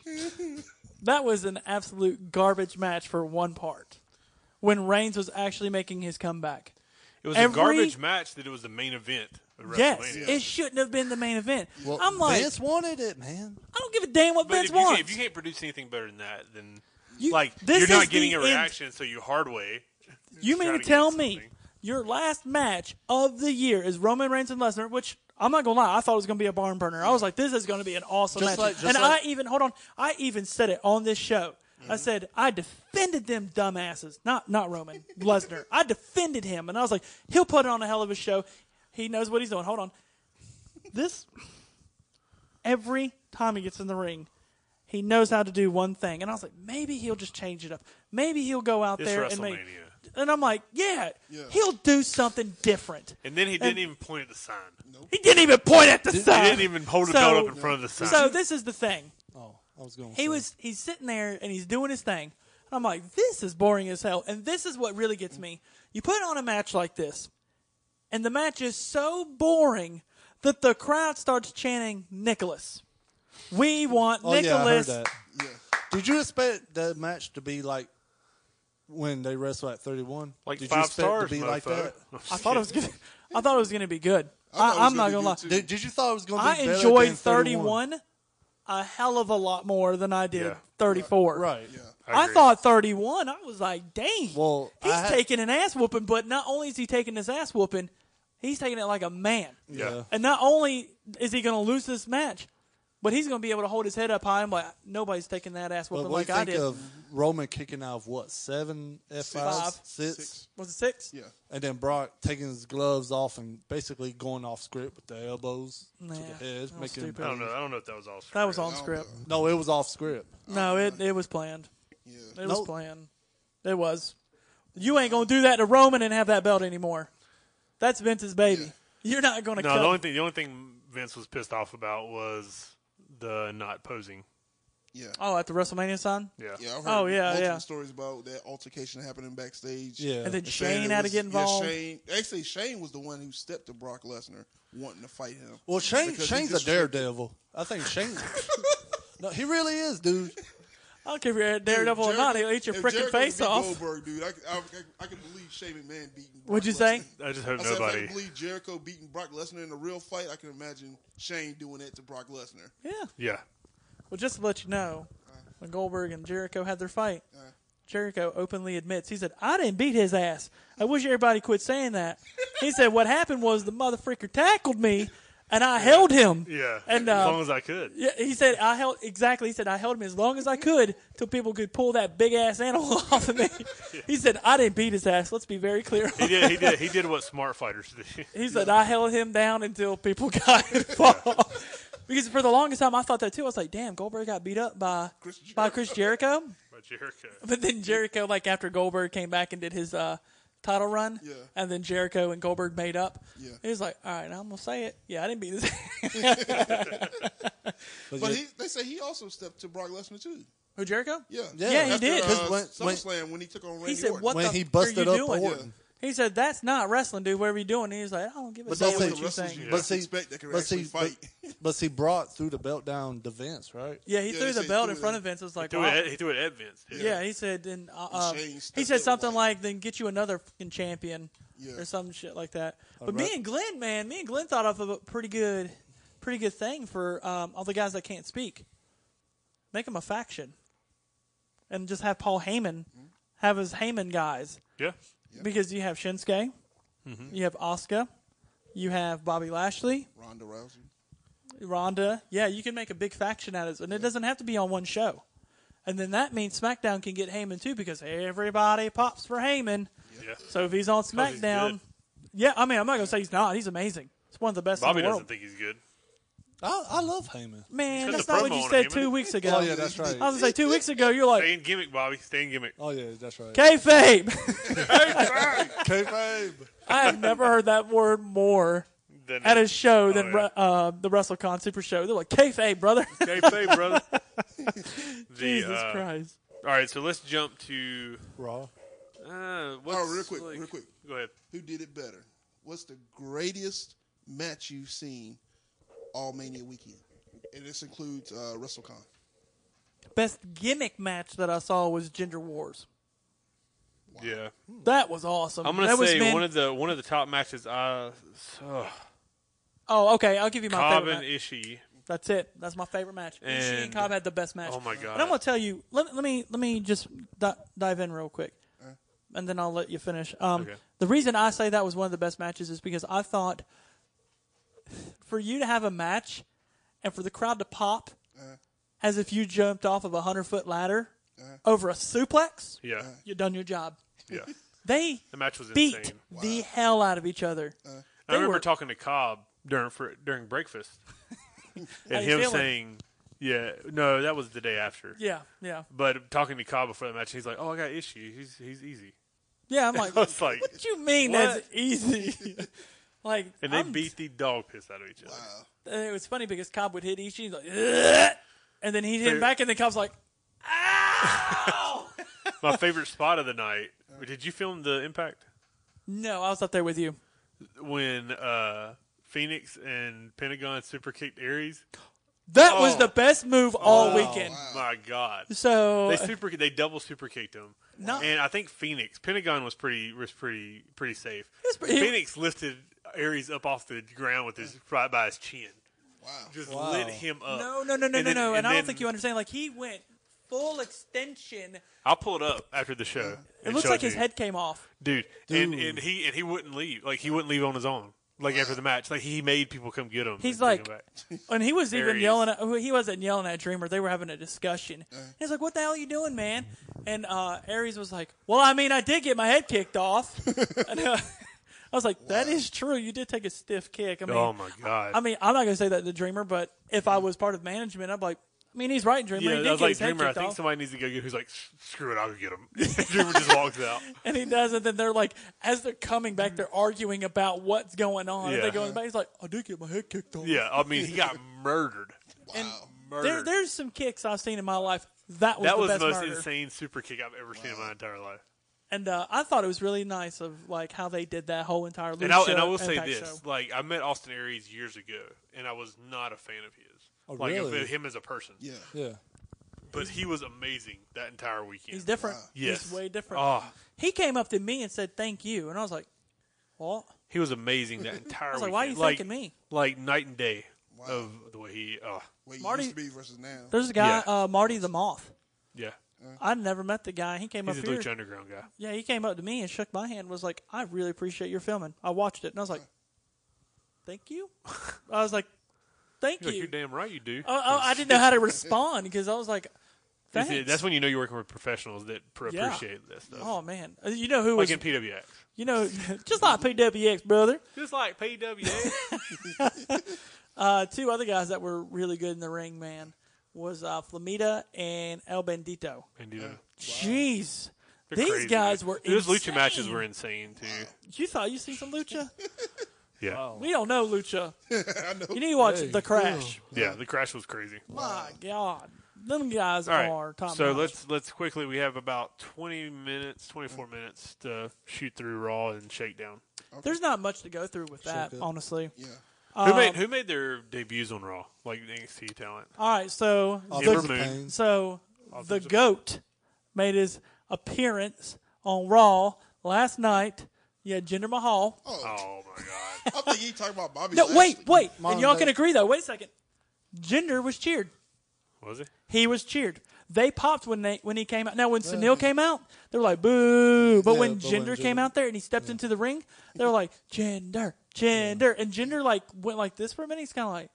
that was an absolute garbage match for one part when Reigns was actually making his comeback. It was Every- a garbage match that it was the main event of WrestleMania. Yes, it shouldn't have been the main event. Well, I'm like, Vince wanted it, man. I don't give a damn what but Vince if, you wants. can't, if you can't produce anything better than that, then You- like this you're is not getting the a end- reaction, so you hard way. You Try mean to to get tell something. me your last match of the year is Roman Reigns and Lesnar, which I'm not gonna lie, I thought it was gonna be a barn burner. I was like, this is gonna be an awesome Just match. like- just and like- I even hold on, I even said it on this show. Mm-hmm. I said I defended them dumbasses, not not Roman Lesnar. I defended him, and I was like, he'll put on a hell of a show. He knows what he's doing. Hold on, this every time he gets in the ring. He knows how to do one thing, and I was like, maybe he'll just change it up. Maybe he'll go out It's there and make WrestleMania. and I'm like, yeah, Yeah. he'll do something different. And then he didn't even point at the sign. He didn't even point at the He sign. didn't even hold the So- belt up in front of the sign. So this is the thing. Oh, I was going. He was he's sitting there and he's doing his thing. And I'm like, this is boring as hell. And this is what really gets me. You put on a match like this, and the match is so boring that the crowd starts chanting Nicholas. We want Oh yeah, I heard Nicholas. that. Yeah. Did you expect that match to be like when they wrestle at 31? like did five you expect stars, to be mofo. like that? I thought it was gonna, I thought it was gonna be good. thought it I, was I'm gonna not be gonna lie. good, too. Did, did you thought it was going to be I better enjoyed than 31? 31 a hell of a lot more than I did Yeah. 34. Right. Yeah. I, agree. thought 31, I was like, dang. Well, he's I had- taking an ass whooping, but not only is he taking his ass whooping, he's taking it like a man. Yeah. Yeah. And not only is he going to lose this match, but he's going to be able to hold his head up high and be like, nobody's taking that ass But whooping like what do I you did. think of Roman kicking out of what seven F Five. six, was it six? Yeah. and then Brock taking his gloves off and basically going off script with the elbows Nah, to the head, that was making. stupid. I don't know. I don't know if that was all. That was scripted. on script. No, it was off script. No, it, it was planned. Uh, Yeah. It was No. planned. It was. You ain't gonna do that to Roman and have that belt anymore. That's Vince's baby. You're not gonna No, cut. the only thing the only thing Vince was pissed off about was the not posing. Yeah. oh, at the WrestleMania sign, Yeah. Yeah, I've heard Oh, yeah, multiple yeah. stories about that altercation happening backstage. Yeah. and then They're saying it Shane had to was- get involved. Yeah, Shane, actually, Shane was the one who stepped to Brock Lesnar wanting to fight him. Well, Shane Because he Shane's a just- daredevil. I think Shane. no, he really is, dude. I don't care if you're a Daredevil Jericho- or not. He'll eat your if freaking Jericho face beat off. Goldberg, dude. I, I, I, I can believe Shane McMahon beating. Brock What'd you Lesnar. say? I just hope I said if I nobody. can believe Jericho beating Brock Lesnar in a real fight, I can imagine Shane doing it to Brock Lesnar. Yeah. yeah. Well, just to let you know, when Goldberg and Jericho had their fight, Jericho openly admits he said, "I didn't beat his ass. I wish everybody quit saying that." he said, "What happened was the motherfucker tackled me, and I held him." Yeah. And, as uh, long as I could. Yeah, he said I held exactly. He said I held him as long as I could till people could pull that big ass animal off of me. He said I didn't beat his ass. Let's be very clear. He did. He did. He did what smart fighters do. He said I held him down until people got involved. Because for the longest time, I thought that too. I was like, damn, Goldberg got beat up by Chris by Chris Jericho. By Jericho. But then Jericho, like after Goldberg came back and did his uh, title run, Yeah. and then Jericho and Goldberg made up. Yeah. He was like, all right, I'm gonna say it. Yeah, I didn't beat this. But But yeah, he, they say he also stepped to Brock Lesnar too. Who Jericho? Yeah, Yeah. Yeah, he After, did. 'Cause Uh, when- when- SummerSlam when he took on Randy He said, Orton. "What when the he fuck busted are up you doing?" Orton. He said, "That's not wrestling, dude. Whatever you doing?" He's like, "I don't give a But damn that's what like- you're Wrestlers, saying." yeah. but see, Expect that can but see, actually fight. But, but see, brought through the belt down to Vince, right? Yeah, he Yeah, threw they the say belt threw in front it. of Vince. It was like, Threw wow. it at- he threw it at Vince. dude. yeah. he said, and uh, uh, changed he stuff said that something way. like, "Then get you another fucking champion Yeah. or some shit like that." But right. me and Glenn, man, me and Glenn thought of a pretty good, pretty good thing for um, all the guys that can't speak. Make them a faction, and just have Paul Heyman have his Heyman guys. Yeah. Because you have Shinsuke, you have Asuka, you have Bobby Lashley, Ronda Rousey. Ronda. Yeah, you can make a big faction out of it, and it doesn't have to be on one show. And then that means SmackDown can get Heyman too, because everybody pops for Heyman. Yeah. So if he's on he's SmackDown, good. yeah, I mean, I'm not gonna say he's not. He's amazing. It's one of the best Bobby in the doesn't world. think he's good. I, I love Heyman. He's Man, got that's the not what promo you on said Heyman. two weeks ago. Oh yeah, that's right. I was gonna say two weeks ago, you're like Stay in gimmick, Bobby. Stay in gimmick. Oh yeah, that's right. kayfabe. Kayfabe. I have never heard that word more Then at a show than yeah. Re- uh, the WrestleCon Super Show. They're like kayfabe, brother. kayfabe, brother. The, Jesus uh, Christ. All right, so let's jump to. Raw. Uh, what's, Oh, real quick, like- real quick. Go ahead. Who did it better? What's the greatest match you've seen all Mania weekend? And this includes uh, WrestleCon. Best gimmick match that I saw was Ginger Wars. Yeah, That was awesome. I'm gonna that was say men- one of the one of the top matches. I uh, Oh, okay. I'll give you my Cobb favorite. and Match. Ishii. That's it. That's my favorite match. Ishii And, And- Cobb had the best match. Oh my god! And I'm gonna tell you. Let, let me let me just di- dive in real quick, and then I'll let you finish. Um, Okay. The reason I say that was one of the best matches is because I thought for you to have a match and for the crowd to pop as if you jumped off of a hundred foot ladder over a suplex, yeah, you done your job. yeah. They The match was beat insane. the hell out of each other. I remember were- talking to Cobb during for, during breakfast, and you him feeling? saying, "Yeah, no, that was the day after." yeah, yeah, But talking to Cobb before the match, he's like, "Oh, I got Ishii. He's he's easy." yeah. I'm like, I what was like, do you mean What? that's easy? like, and they I'm beat the dog piss out of each other. and it was funny because Cobb would hit Ishii, he's like, "Ugh," and then he'd hit him Dude. back, and then Cobb's like, ow! My favorite spot of the night. Uh-huh. Did you film the impact no, I was up there with you. when uh, Phoenix and Pentagon super kicked Aries? That was Oh. the best move all weekend. My God. So, They super they double super kicked him. No. And I think Phoenix Pentagon was pretty was pretty pretty safe. was pretty- Phoenix lifted Aries up off the ground with his right by his chin. Wow. Just Wow. lit him up. no, no, no, no, And no, then- no. And, I don't then- think you understand. Like, he went full extension. I'll pull it up after the show. It looks like his head came off. dude. And and he and he wouldn't leave. Like he wouldn't leave on his own. Like after the match, like he made people come get him. He's and take like- him back. And he was There even he yelling at, he wasn't yelling at Dreamer. They were having a discussion. He's like, what the hell are you doing, man? And uh, Aries was like, well, I mean, I did get my head kicked off. and, uh, I was like, that is true. You did take a stiff kick. I mean, oh my god! I mean, I'm not going to say that to Dreamer, but if I was part of management, I'd be like, I mean, he's right, Dreamer. yeah, he I did was get like his head Dreamer. I kicked think off. somebody needs to go get. Who's like, screw it, I'll go get him. Dreamer just walks out. And he does, and then they're like, as they're coming back, they're arguing about what's going on. And they Yeah. go in the back, he's like, I did get my head kicked off. Yeah, I mean, he got murdered. And there, Murdered. there's some kicks I've seen in my life. That was that the was the best most murder. insane super kick I've ever seen in my entire life. And uh, I thought it was really nice of like how they did that whole entire And Lucha I, and I will say Impact this: show. like, I met Austin Aries years ago, and I was not a fan of his, Oh, like of really? him as a person. Yeah. Yeah. But he was amazing that entire weekend. He's different. Yes. He's way different. Oh, He came up to me and said, "Thank you," and I was like, "What?" he was amazing that entire. I was like, weekend. "Why are you thanking me?" Like night and day Wow. of the way he. Oh, Where you Marty- used to be versus now. There's a guy, Yeah. uh, Marty the Moth. yeah. I never met the guy. He came He's a up here. Lucha Underground guy. Yeah, he came up to me and shook my hand. Was like, "I really appreciate your filming. I watched it." And I was like, "Thank you." I was like, "Thank You're, like, you." You're damn right you do. Oh, oh, I didn't know how to respond because I was like, That's "Thanks." it. That's when you know you're working with professionals that pr- Yeah. appreciate that stuff. oh man, Uh, you know who like was? in PWX. You know, just like PWX, brother. Just like PWX. Uh, two other guys that were really good in the ring, man, was uh, Flamita and El Bandito. And, you know, Jeez. they're These crazy, guys dude. were Those lucha matches insane. were insane too. You thought you seen some lucha? Yeah, we don't know lucha. You need to watch The Crash. yeah. The crash was crazy. My God, them guys All right. are top so notch. let's let's quickly. We have about twenty minutes, twenty four minutes to shoot through Raw and Shakedown. There's not much to go through with that, good. honestly. Yeah. who made who made their debuts on Raw? Like NXT talent. All right, so Ember Offensive Moon. pain. so the Offensive. goat made his appearance on Raw last night. You had Jinder Mahal. Oh my god! I think you talking about Bobby. no, wait, Lashley. wait, and Modern y'all day. can agree though. Wait a second. Jinder was cheered. Was it? He was cheered. They popped when they when he came out. Now when Sunil came out, they were like boo. But Yeah, when but Jinder when came Jinder- out there and he stepped into the ring, they were like Jinder, Jinder, and Jinder like went like this for a minute. He's kind of like,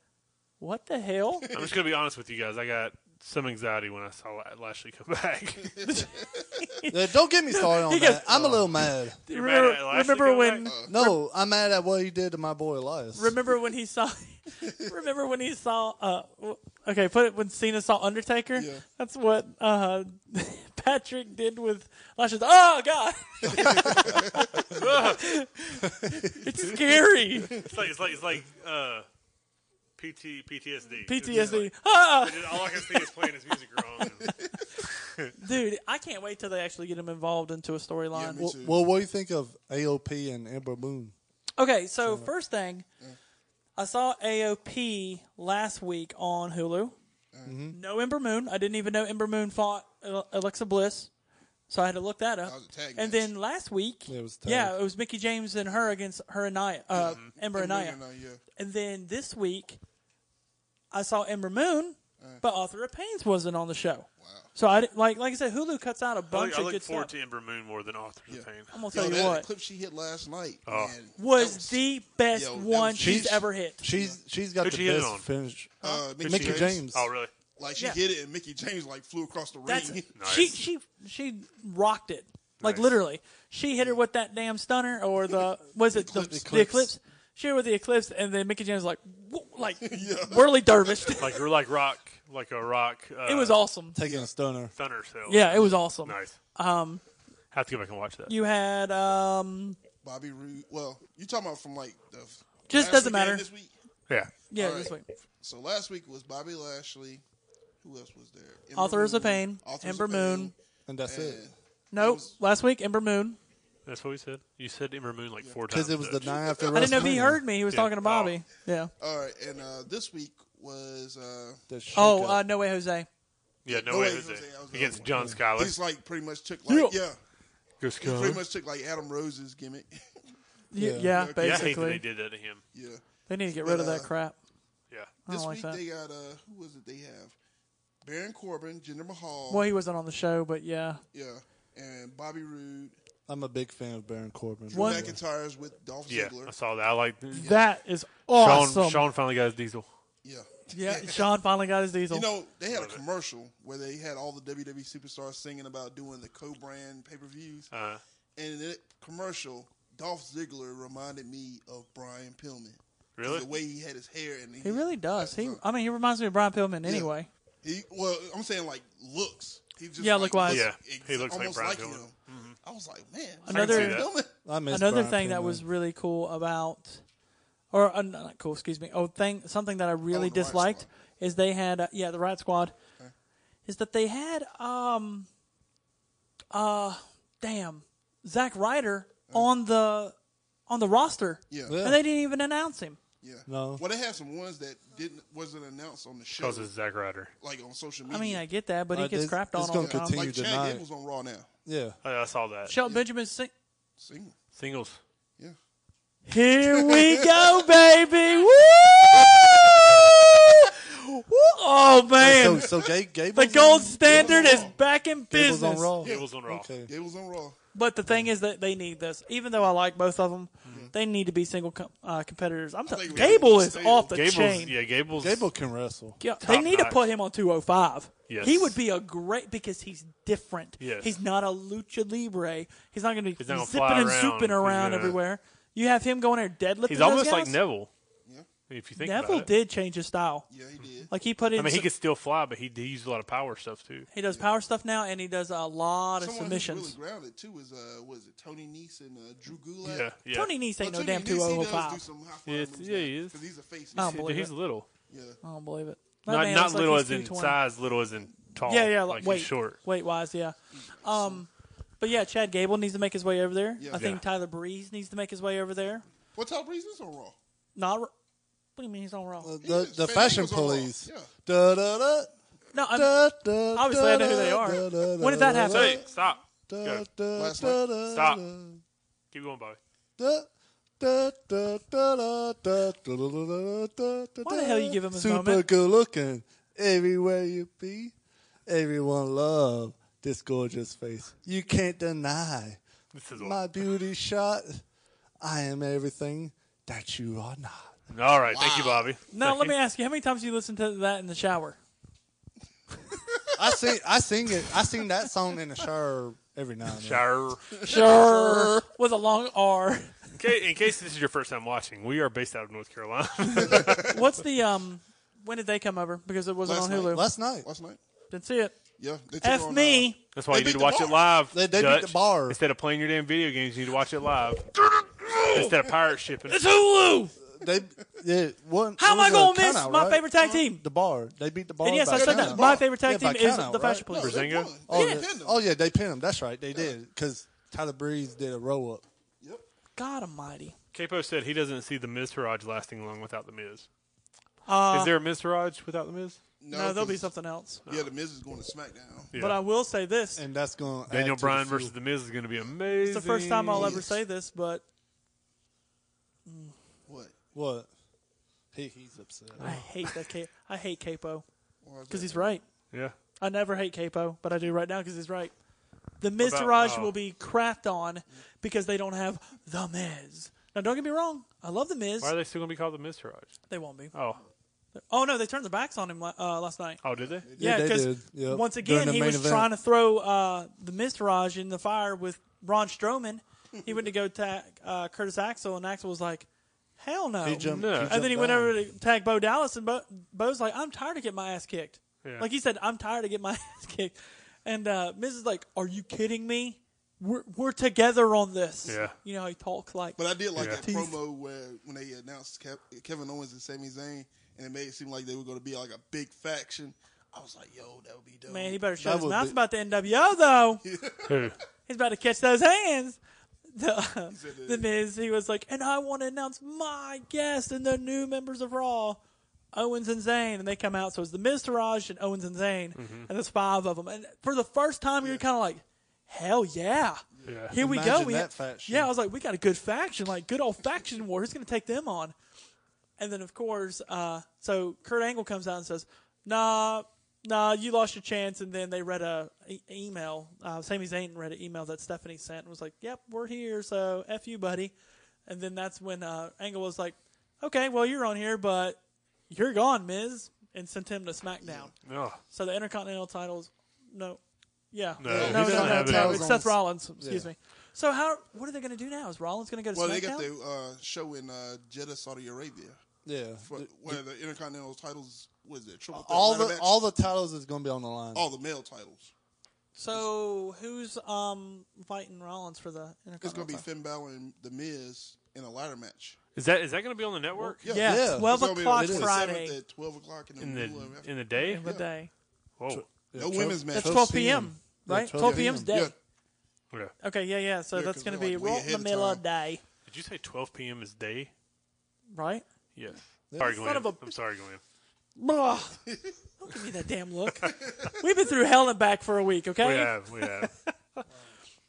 what the hell? I'm just gonna be honest with you guys. I got some anxiety when I saw La- Lashley come back. Yeah, don't get me started He on goes- that. I'm a little mad. You're mad remember, at Lashley remember coming when? back? No, I'm mad at what he did to my boy Elias. Remember when he saw? remember when he saw? Uh, w- okay, put it when Cena saw Undertaker. Yeah. That's what uh, Patrick did with Lashley. Oh God, it's scary It's like it's like it's like uh, PT PTSD. It's just PTSD. like- Ah, all I can see is playing his music wrong. dude, I can't wait till they actually get him involved into a Yeah, storyline. me Well, too. well, what do you think of AOP and Amber Moon? okay, so first thing, I saw AOP last week on Hulu. No Ember Moon. I didn't even know Ember Moon fought Al- Alexa Bliss, so I had to look that up. That was a tag and match. then last week, Yeah, it was tag. yeah, it was Mickey James and her against her and Nia, uh, Ember and Nia. Wait, no, no, yeah. And then this week, I saw Ember Moon, but Author of Pains wasn't on the show. Wow. So I didn't- like like I said, Hulu cuts out a I bunch look, I of look good forward stuff. to Ember Moon more than Author of Yeah. Pain. I'm gonna Yo, tell you that what clip she hit last night Oh. man, was, that the best Yo, that was- one she's She's- ever hit. She's she's got Who'd the she hit it best on? finish. uh, Mickey James. Oh really? Like she Yeah. hit it, and Mickey James like flew across the That's ring. she Nice. she she rocked it like Nice. literally. She hit her with that damn stunner or the was it the, the Eclipse. eclipse. Eclipse. She hit her with the eclipse, and then Mickey James was like whoop, like Yeah. whirly dervished. Like you're like rock, like a rock. Uh, it was awesome. Taking a stunner. Thunder Cell. Yeah, it was awesome. Nice. Um, Have to go back and watch that. you had um, Bobby Roode. Well, you talking about from like the Just last weekend doesn't matter. This week. yeah. yeah All this right. week. So last week was Bobby Lashley. Who else was there? Ember Authors of Moon. Pain, Authors Ember of Pain, Moon. And that's it. and- Nope, last week Ember Moon. That's what we said. You said Ember Moon like four times. Because it was the though. night after I didn't know if he WrestleMania heard me. He was Yeah. talking to Bobby. Yeah. All right, and uh, this week was uh, that Oh, shakeup. uh, no way, Jose. Yeah, no, No way, Way Jose. Jose, I was the Against other John Schuyler. he's like pretty much took like yeah, Go he Schuyler. pretty much took like Adam Rose's gimmick. Yeah, Yeah. yeah, Yeah, I hate that basically. they did that to him. yeah. They need to get rid of But, that uh, crap. Yeah. I This don't like week that. they got uh, who was it? They have Baron Corbin, Jinder Mahal, Well, he wasn't on the show, but yeah. yeah, and Bobby Roode. I'm a big fan of Baron Corbin. One- McIntyre's with Dolph Yeah, Ziggler. I saw that. I like That is awesome. Sean. Sean finally got his diesel. Yeah. Yeah, Sean finally got his diesel. You know, they had a Love it. commercial where they had all the WWE superstars singing about doing the co-brand pay-per-views, Uh, and in that commercial, Dolph Ziggler reminded me of Brian Pillman. 'Cause really? The way he had his hair and he really does. He, I mean, he reminds me of Brian Pillman anyway. He, well, I'm saying like looks. He just Yeah, like, look-wise. Yeah, ex- he looks like almost Brian like, Pillman. Mm-hmm. him. I was like, man, Another- Brian Pillman. I miss Another Brian thing that Pillman. was really cool about, or uh, not cool, excuse me. Oh, thing something that I really the Riot disliked Squad. is they had uh, yeah the Riot Squad, is that they had um, uh, damn, Zack Ryder on the on the roster, Yeah. Yeah. and they didn't even announce him. yeah. No. Well, they had some ones that didn't wasn't announced on the show, Because it's Zack Ryder. like on social I mean, mean, I get that, but Uh, he gets this- crapped this on all the gonna time. continue. like did Chad not. Gable was on Raw now. Yeah. Oh, I, I saw that. Shelton Benjamin's sing- Single, Singles. yeah. Here we go, baby! Woo! Woo! Oh So, man, so Gabe, Gabe the gold standard is back in business. on Raw. Singles on Raw. Okay. Gable's on Raw. But the thing is that they need this. Even though I like both of them, they need to be single com- uh, competitors. I'm telling think we Gable need is to off the Gable's. chain. Yeah, Gable's. Gable can wrestle. Yeah, they need to notch. put him on 205. Yes. He would be a great because he's different. Yes. He's not a lucha libre. He's not going to be not gonna zipping fly and around. souping He's around gonna- everywhere. You have him going there deadlifting. He's those almost like guys? Neville. I mean, if you think Neville about it. did change his style. Yeah, he did. Like he put in. I mean, he some- could still fly, but he, he used a lot of power stuff too. he does power stuff now, and he does a lot of Someone who's submissions. really grounded too is uh, what is it? Tony Nese and uh, Drew Gulak. Yeah, yeah. Tony Nese ain't Well, Tony no damn Nese, he does do 2005. some high fly Yes, moves yeah, he is. Because he's a face. Oh, now. Dude, believe he's it. little. yeah. I don't believe it. That Not, man not looks like little he's as in 220. size, little as in tall. Yeah, yeah, like weight, he's short. weight wise, yeah. Um, but yeah, Chad Gable needs to make his way over there. Yeah. I think Yeah. Tyler Breeze needs to make his way over there. What top reasons on Raw? Not. What do you mean he's on Raw? Uh, the just the fed fashion angles on Raw. police. Yeah. Da, da, da, no, I'm, da, da, obviously I know who they da, are. da, da, When did that da, happen? Hey, Hey, stop. da, Go. da, Last da, night. da, Stop. da. Keep going, Bobby. Da, da, da, da, da, da, da, da, da, da, da, Why the hell you give him his Super moment? good looking. Everywhere you be, everyone love this gorgeous face. You can't deny This is my beauty shot. I am everything that you are not. all right. Thank you, Bobby. no, Thank let you. me ask you, how many times do you listen to that in the shower? I sing, I sing it. I sing that song in the shower every now and then. Sure. Sure. With a long R. Okay, in case this is your first time watching, we are based out of North Carolina. What's the um? When did they come over? Because it wasn't Last on Hulu. Last night Last night. Didn't see it. Yeah. They took F on, me. That's why They you need beat to the watch bar. it live. They- they beat the Dutch. bar. Instead of playing your damn video games, you need to watch it live. Instead of pirate shipping. It's Hulu. they yeah, one, How am I going gonna to miss my favorite tag team? The bar. They beat the bar. And yes, by I said count. that. My favorite tag Yeah, by team is count out, the Fashion right? Uh, no, Police. they Brazinga? won. Oh, Yeah. yeah. pinned him. oh yeah, they pinned him. That's right, they did because Tyler Breeze did a roll up. Yep. God Almighty. Capo said he doesn't see the Miz Taraj lasting long without the Miz. Uh, is there a Miz Taraj without the Miz? no, there'll be 'cause- something else. Yeah, the Miz is going to SmackDown. Yeah. But I will say this. and that's going Daniel Bryan versus the Miz is going to be amazing. It's the first time I'll ever Yes. say this, but What? what? He he's upset. I hate that. Ca- I hate Capo Why is because that? he's right. Yeah. I never hate Capo, but I do right now because he's right. The Miz about- Taraj oh. will be crapped on because they don't have the Miz. Now, don't get me wrong. I love the Miz. Why are they still going to be called the Miz Taraj? They won't be. Oh. Oh no, they turned their backs on him la- uh, last night. Oh, did they? Yeah, they because did. Yep. once During again the he main was event. trying to throw uh, the Miz Taraj in the fire with Braun Strowman. He went to go tag uh, Curtis Axel, and Axel was like, "Hell no!" He jumped. No. he And And then he jumped went down. over to tag Bo Dallas, and Bo, Bo's like, "I'm tired of getting my ass kicked." Yeah. Like he said, "I'm tired of getting my ass kicked," and uh, Miz is like, "Are you kidding me? We're we're together on this." Yeah. You know how he talks like. But I did like Yeah. that Teeth. promo where when they announced Kev- Kevin Owens and Sami Zayn, and it made it seem like they were going to be like a big faction. I was like, yo, that would be dope. Man, he better shut That his would mouth be- about the NWO though. Who? He's about to catch those hands. The, said that. the Miz, he was like, and I want to announce my guest and the new members of Raw, Owens and Zayn. And they come out. So it's the Miz Taraj and Owens and Zayn. And there's five of them. And for the first time, you're kind of like, hell yeah. Yeah. Here we Imagine go. We that faction. Yeah, I was like, we got a good faction, like good old faction war. Who's going to take them on? And then, of course, uh, so Kurt Angle comes out and says, "Nah, nah, you lost your chance." And then they read a e- email. Uh, Sami Zayn read an email that Stephanie sent and was like, "Yep, we're here, so f you, buddy." And then that's when uh, Angle was like, "Okay, well you're on here, but you're gone, Miz," and sent him to SmackDown. No. So the Intercontinental titles, no, yeah, No, no, he no, doesn't no, have no, it. no, Titles it's on Seth the- Rollins. Excuse yeah. me. So how? What are they going to do now? Is Rollins going to go to well, they SmackDown? got the uh, show in uh, Jeddah, Saudi Arabia, Yeah. for, where the Intercontinental titles was it triple threat all ladder the match? Oh, all the titles is going to be on the line. all the male titles. So who's um fighting Rollins for the Intercontinental? It's going to be Finn Balor and The Miz in a ladder match. Is that is that going to be on the network? Yeah, Yeah. twelve It's gonna be on o'clock the 27th Friday at twelve o'clock in the, In middle the of in the day? in the day. Whoa. Yeah, No Cho- women's match. That's Cho twelve Sin. p.m. Yeah, Right, 12 twelve p.m. p.m.'s dead. Yeah. Okay. Okay, yeah, yeah. So Yeah, that's 'cause going to they're like be way right in the ahead of middle of time. day, Did you say 12 p.m. is day? right? Yes. Sorry, Glenn. Son of a- I'm sorry, Glenn. Blah. Don't give me that damn look. We've been through hell and back for a week, okay? We have. We have.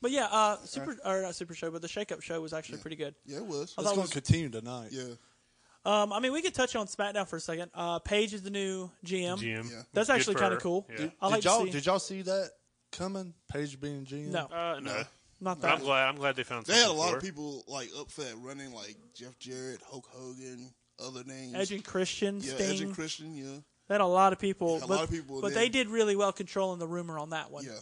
But yeah, uh, super or not super show, but the shake up show was actually pretty good. Yeah, it was. thought- It's That going was- to continue tonight. Yeah, Um, I mean, we could touch on SmackDown for a second. Uh, Paige is the new GM. GM. Um, Yeah. That's Good actually for kind her. of cool. Yeah. I like did y'all to see. did y'all see that coming? Paige being GM. no, Uh, no. not But that. I'm glad. I'm glad they found. they had a something lot of for her. people like up for that running, like Jeff Jarrett, Hulk Hogan, other names. Edge and Christian, yeah, Sting. Edge and Christian. Yeah, They had a lot of people. Yeah, a but, lot of people But did. they did really well controlling the rumor on that one. yeah.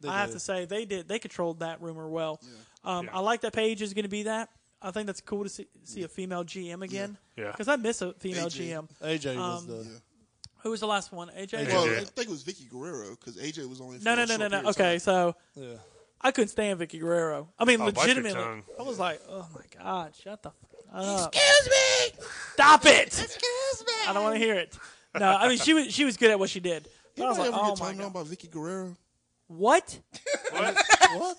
They I have to did. say they did. They controlled that rumor well. Um, Yeah. I like that Paige is going to be that. I think that's cool to see, see a female GM again. Yeah. Because I miss a female AJ. GM. AJ was Um, the Who was the last one? AJ. Well, AJ. I think it was Vicky Guerrero because AJ was only. No, for no, a no, no, short no. period of Okay, time. so yeah. I couldn't stand Vicky Guerrero. I mean, Oh, bite your legitimately, tongue. I was like, "Oh my god, shut the f- up! Excuse me. Stop it! Excuse me. I don't want to hear it." No, I mean she was she was good at what she did. But I Anybody was like, ever "Oh get my turned on god, by Vicky Guerrero? what? What? What?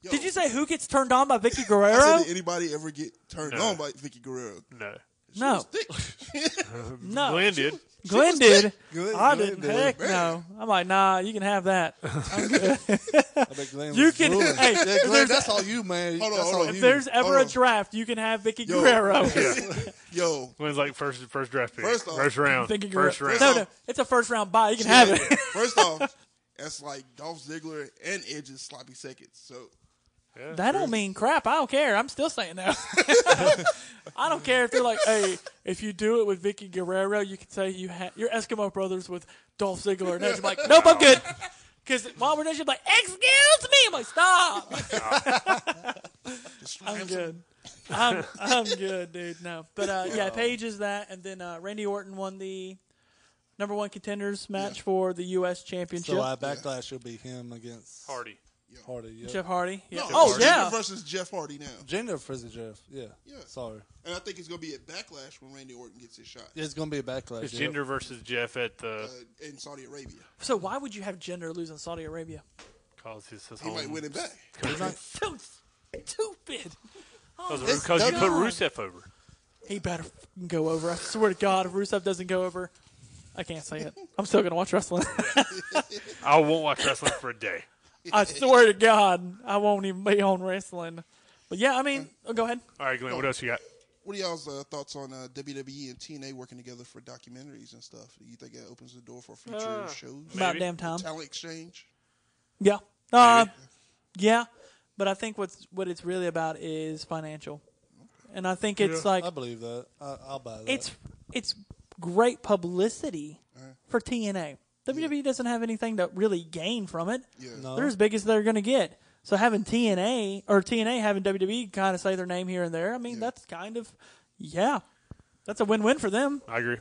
Yo, Did you say who gets turned on by Vicky I said, Guerrero? did anybody ever get turned No. on by Vicky Guerrero? No. She No. was thick. No, Glenn did. Glenn was did. Glenn- I Glenn didn't. did. Heck no. I'm like, nah, you can have that. I bet Glenn You was can- ruling. hey, Yeah, if Glenn, there's- that's all you, man. Hold on, that's hold all on. If you. there's ever hold a on. draft, you can have Vicky Oh. Yo. Guerrero. Yo, Glenn's like first first draft pick. First off- round. Vicky Guerrero. first round. No, off- no, it's a first round bye. You can have it. First off, that's like Dolph Ziggler and Edge's sloppy seconds. So That don't mean crap. I don't care. I'm still saying that. I don't care if they're like, hey, if you do it with Vicky Guerrero, you can say you ha- you're Eskimo brothers with Dolph Ziggler and Edge. I'm like, nope, I'm good. Because while we're there, she's like, excuse me. I'm like, stop. just I'm good. I'm I'm good, dude. No, but uh, yeah, Paige is that, and then uh, Randy Orton won the number one contenders match for the U.S. Championship. so I backlash will be him against Hardy. Hardy. Yeah. Jeff Hardy. Yeah. No, oh Jinder yeah. versus Jeff Hardy now, Gender frizzy Jeff. Yeah. Yeah. Sorry. and I think it's gonna be at Backlash when Randy Orton gets his shot It's gonna be a backlash. It's yep. Jinder versus Jeff at the uh, in Saudi Arabia. So why would you have gender lose in Saudi Arabia? cause his, his He home. might win it back. So stupid. Because you put Rusev over. He better f***ing go over. I swear to God, if Rusev doesn't go over, I can't say it. I'm still gonna watch wrestling. I won't watch wrestling for a day. I swear to God, I won't even be on wrestling. But yeah, I mean, oh, go ahead. All right, Glenn. What else you got? What are y'all's uh, thoughts on uh, WWE and TNA working together for documentaries and stuff? Do you think it opens the door for future Uh, shows, About damn time. talent exchange? Yeah. Uh, yeah. But I think what's what it's really about is financial. And I think it's like I believe that. I, I'll buy that. it's it's great publicity for TNA. WWE E doesn't have anything to really gain from it. Yeah, no. They're as big as they're going to get. So having TNA or TNA having WWE kind of say their name here and there, I mean, that's kind of yeah. That's a win-win for them. I agree.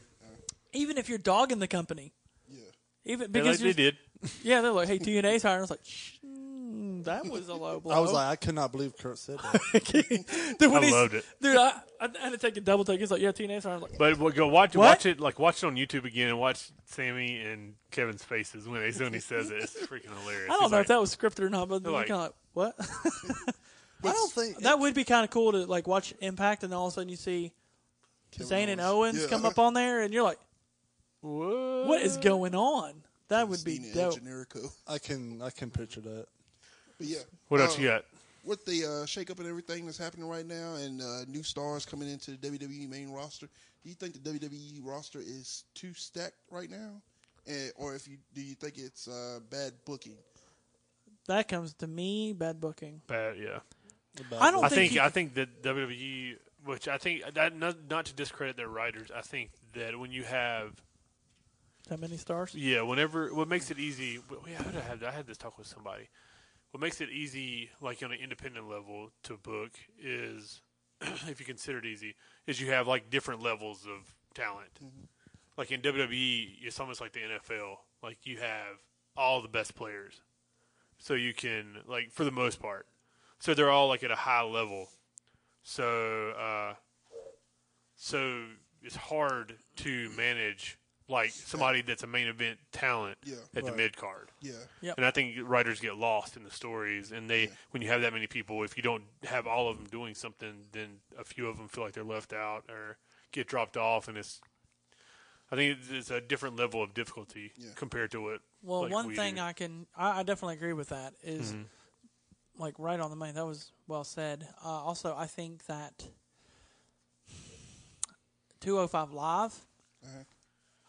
Even if you're dogging the company. yeah. Even They, because they you're- did. Yeah, they're like, "Hey, TNA's hiring." I was like, Shh, mm, "That was a low blow." I was like, I could not believe Kurt said that. dude, when I he's- loved it. dude. I, I had to take a double take. He's like, "Yeah, TNA's hiring." I was like, But well, go watch What? watch it like watch it on YouTube again and watch Sammy and Kevin's faces when they when he says it. It's freaking hilarious. I don't know if that was scripted or not, but you're like- kind of like, what? I don't think that would be kind of cool to like watch Impact, and then all of a sudden you see Zayn and Owens Yeah. come up on there, and you're like, what is going on? That would be Cena and dope. Generico. I can. I can picture that. But yeah, What else Uh, you got? with the uh, shakeup and everything that's happening right now, and uh, new stars coming into the WWE main roster, do you think the WWE roster is too stacked right now, and, or if you do you think it's uh, bad booking? That comes to me bad booking. Bad, yeah. I don't I think, think you- I think that WWE, which I think that not, not to discredit their writers, I think that when you have that many stars. yeah, whenever what makes it easy, wh- wh- how did I have I had this talk with somebody. What makes it easy, like on an independent level, to book is if you consider it easy, is you have like different levels of talent. Like in WWE, it's almost like the NFL. Like you have all the best players, so you can like for the most part. So they're all like at a high level. So uh, so it's hard to manage like somebody that's a main event talent Yeah. at the mid card. Yeah, Yep. And I think writers get lost in the stories, and they when you have that many people, if you don't have all of them doing something, then a few of them feel like they're left out or get dropped off, and it's. I think it's- it's a different level of difficulty Yeah. compared to what. Well, like, one we thing do. Mm-hmm. I can, I, I definitely agree with that is, like, right on the money. That was well said. Uh, also, I think that 205 Live,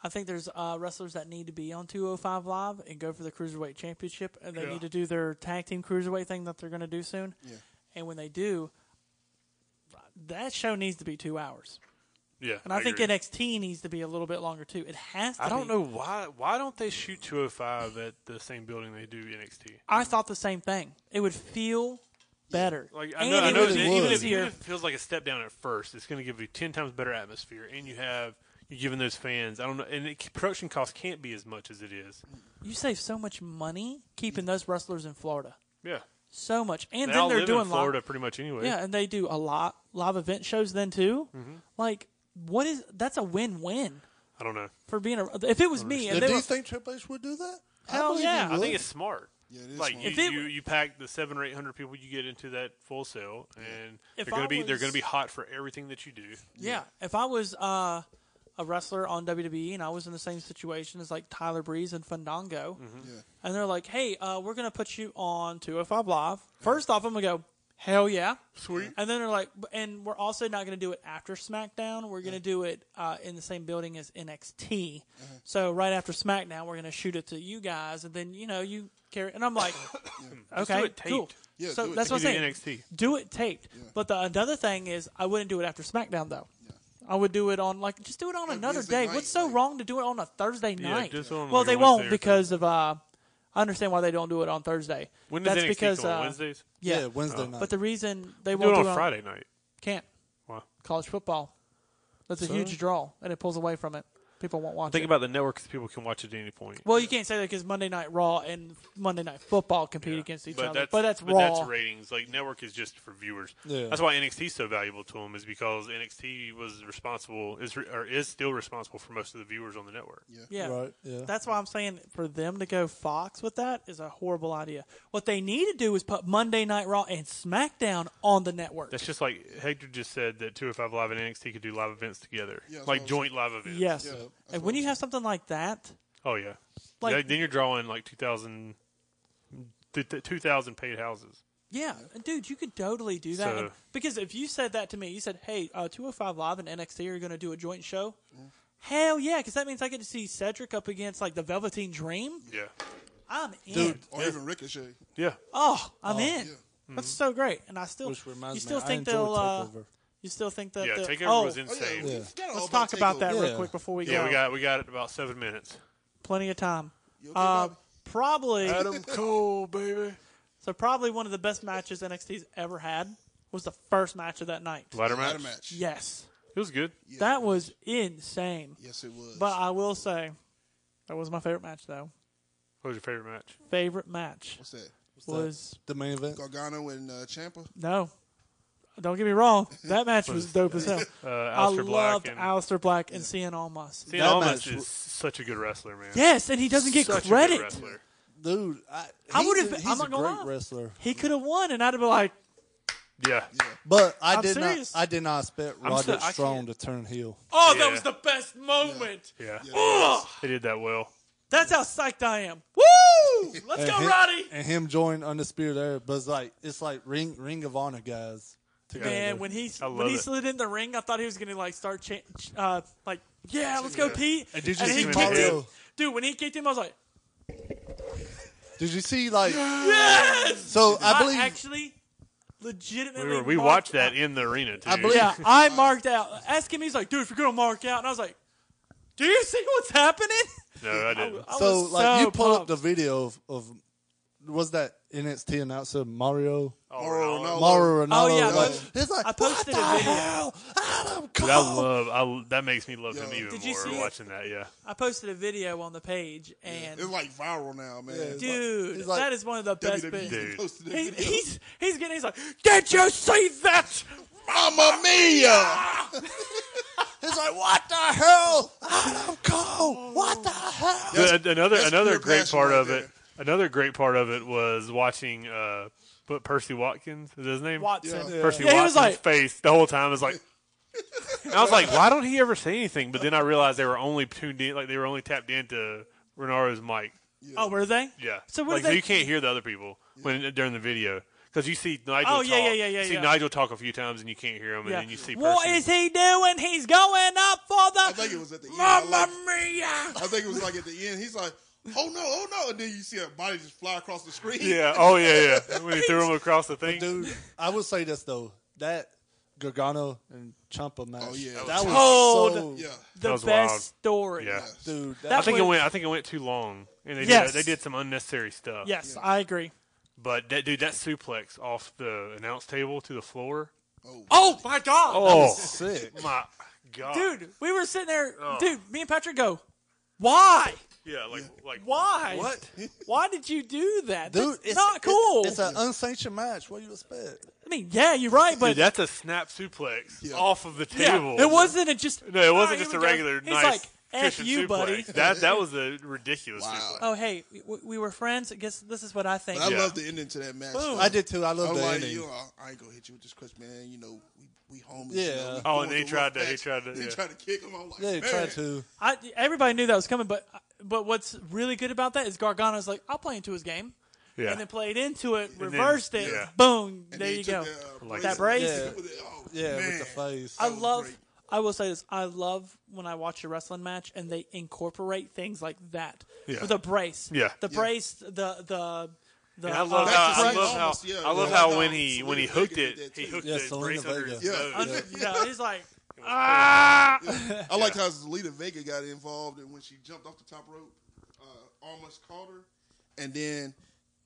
I think there's uh, wrestlers that need to be on 205 Live and go for the Cruiserweight Championship, and they Yeah. need to do their tag team Cruiserweight thing that they're going to do soon. Yeah. And when they do, that show needs to be two hours. Yeah, And I, think agree. NXT needs to be a little bit longer, too. It has to I be. don't know why. Why don't they shoot 205 at the same building they do NXT? I thought the same thing. It would feel better. Like I And know, I it know was that even if, easier. even if it feels like a step down at first, it's going to give you ten times better atmosphere, and you have you're giving those fans. I don't know, and it, production costs can't be as much as it is. You save so much money keeping those wrestlers in Florida. Yeah, So much, and they then all they're live doing in Florida pretty much anyway. Live, yeah, and they do a lot live event shows then too. Mm-hmm. Like, what is that's a win-win I don't know. for being a. If it was me, and Now, they do were, you think Triple H would do that? Hell believe he yeah. I I would. think it's smart. Yeah, it is like smart. you, If it you, w- you pack the seven or eight hundred people you get into that full sale, and If they're going I to be they're was- going to be hot for everything that you do. Yeah, if I was uh, a wrestler on WWE and I was in the same situation as like Tyler Breeze and Fandango, Mm-hmm. Yeah. and they're like, "Hey, uh, we're gonna put you on 205 Live." First off, I'm gonna go, "Hell yeah!" Sweet. And then they're like, "B- "And we're also not gonna do it after SmackDown. We're gonna do it uh, in the same building as NXT. Mm-hmm. So right after SmackDown, we're gonna shoot it to you guys, and then you know you carry." And I'm like, Just "Okay, do it taped. cool." Yeah, so do it that's what I'm You do saying. NXT. Do it taped. But the another thing is, I wouldn't do it after SmackDown though. I would do it on like just do it on another Wednesday day. night, What's so like- wrong to do it on a Thursday Yeah, night? just on, well, like, a Wednesday they won't or because of uh, I understand why they don't do it on Thursday. When does That's NXT because come on uh, Wednesdays? Yeah, Wednesday night. but the reason they Do won't it on do it Friday night. can't Wow. college football. That's a huge draw, and it pulls away from it. People won't watch Think it. about the network 'cause people can watch it at any point. well, you can't say that because Monday Night Raw and Monday Night Football compete against each but other, That's, but that's but Raw. that's ratings. Like network is just for viewers. Yeah. That's why NXT is so valuable to them is because NXT was responsible is re- or is still responsible for most of the viewers on the network. Yeah. yeah, Right. Yeah. That's why I'm saying for them to go Fox with that is a horrible idea. What they need to do is put Monday Night Raw and SmackDown on the network. That's just like Hector just said that 205 Live and NXT could do live events together, Yeah, that's what I like was joint live events. yes. Yeah, that's and what when I'm you have something like that, Oh yeah. Like- Like, then you're drawing like 2,000 th- th- 2,000 paid houses. yeah, and dude, you could totally do that. So- And- because if you said that to me, you said, hey, uh, 205 Live and NXT are going to do a joint show. Hell yeah, because that means I get to see Cedric up against like the Velveteen Dream. Yeah. I'm in. Dude. Or even Ricochet. Yeah. Oh, I'm in. yeah. That's so great. And I still, Which reminds you still me, think I enjoy they'll, uh, Takeover. you still think that Yeah. the- Takeover oh, was insane. we yeah. Yeah. forgot all Let's talk about that Takeover. real Yeah. quick before we go. we got we got it about seven minutes. plenty of time. You okay, Uh, Bobby? probably Adam Cole, baby. so. Probably one of the best matches NXT's ever had was the first match of that night. Ladder match. Ladder match. Yes, It was good. that was insane. Yes, it was. But uh, I will say, that was my favorite match though. What was your favorite match? Favorite match What's that? was the main event. Gargano and uh, Champa. no. Don't get me wrong. That match was dope as hell. Uh, I Alistair Black loved and Alistair Black and Cien Almas. See, That Almas match w- is such a good wrestler, man. Yes, and he doesn't get Such a good credit. wrestler. Dude, I, I he's would've a- been- He's I'm a not gonna great lie. wrestler, He could have won, and I'd have been like, Yeah. but I I'm did serious. not. I did not expect I'm still- Roderick I Strong to turn heel. "Oh, Yeah. that was the best moment." Yeah. Oh, Ugh. They did that well. That's how psyched I am. Woo! Let's And go, him- Roddy! And him join Undisputed Era, but it's like it's like Ring Ring of Honor guys. Together. Man, when he I when love he it. slid in the ring, I thought he was gonna like start cha- ch- uh, like, yeah, let's go, Pete. And did you he see him in kicked the him, head? dude. When he kicked him, I was like, did you see like? So I I, believe actually legitimately We, were, we marked watched that out. in the arena, too. I believe- Yeah, I marked out. Ask him. He's like, dude, if you're gonna mark out, and I was like, do you see what's happening? No, I didn't. I so was like so you pull up pumped. the video of, of was that NXT announcer Mario Oh, no. Mario Ronaldo? Oh, yeah, I like, posted- it's like I posted what a the video." hell? Adam Cole. Dude, I love I, that makes me love him Yeah. even Did you more see it? watching that, yeah. I posted a video on the page, and It's like viral now, man. Yeah. dude, It's like- E. that is one of the best WWE bits. Dude. posted that He, video. he's he's getting he's like, did you see that? Mamma Mia! It's like what the hell? Adam Cole. What the hell? Dude, an- another that's another pure great passion part right of it. Another great part of it was watching uh but Percy Watkins is that his name? Watson. Yeah. Percy Yeah, he was Watson's like- face the whole time is like And I was like, why don't he ever say anything? But then I realized they were only tuned in like they were only tapped into Renaro's mic. Oh, were they? Yeah. So what like, do they- you can't hear the other people when during the video because you see Nigel. Oh, yeah, talk, yeah, yeah, yeah, See yeah. Nigel talk a few times and you can't hear him, and Yeah. then you see. What Percy. is he doing? He's going up for the. I think it was at the end. I, Mamma like, mia! I think it was like at the end. He's like, oh no, oh no. And then you see a body just fly across the screen. Yeah. Oh yeah, yeah. When he threw him across the thing. Dude, I would say this though. That Gargano and Champa match. Oh, yeah. That was Told. so, Yeah. The was best wild. story. yeah. dude. That I think was- it went. I think it went too long, and they Yes. did, they did some unnecessary stuff. Yes, I agree. But that dude, that suplex off the announce table to the floor. Oh my god! Oh Sick. my god, Dude, we were sitting there. Oh. Dude, me and Patrick go, why? Yeah, like like Why? What? Why did you do that? Dude, That's not cool. It's an unsanctioned match. What do you expect? I mean, yeah, you're right, but Dude, that's a snap suplex Yeah. off of the yeah, table. it wasn't a just. No, it "Ah, wasn't here just we a go." regular He's nice like, "F cushion you, suplex. buddy." That that was a ridiculous Wow. suplex. Oh, hey, we, we were friends. I guess this is what I think. But I Yeah. love the ending to that match. Boom. though. I did too. I love I'm the like, ending. you know, I ain't gonna hit you with this crutch, man. You know, we we homies. Yeah. You know, we Oh, going and he through tried rough to- he patches. tried to- They yeah. tried to kick him. I'm like, Yeah, man. try to. I, everybody knew that was coming, but but what's really good about that is Gargano's like, I'll play into his game, yeah. and then played into it, then- reversed it, yeah. boom, And there then you he go. took The, uh, Like that brace. brace. Yeah. With the- oh, Yeah, with man. the face. I was love. great. I will say this. I love when I watch a wrestling match and they incorporate things like that Yeah. with a brace. Yeah. the Yeah. brace. The the the. And I love uh, That's how I just love like how almost, yeah, I love yeah. how Like, when um, he Selena when he Vega hooked did it, that he too. hooked Yeah, it Selena brace under Vega. his Yeah. nose. under- yeah, he's like, Ah! I liked how Zelita Vega got involved, and when she jumped off the top rope, uh, almost caught her, and then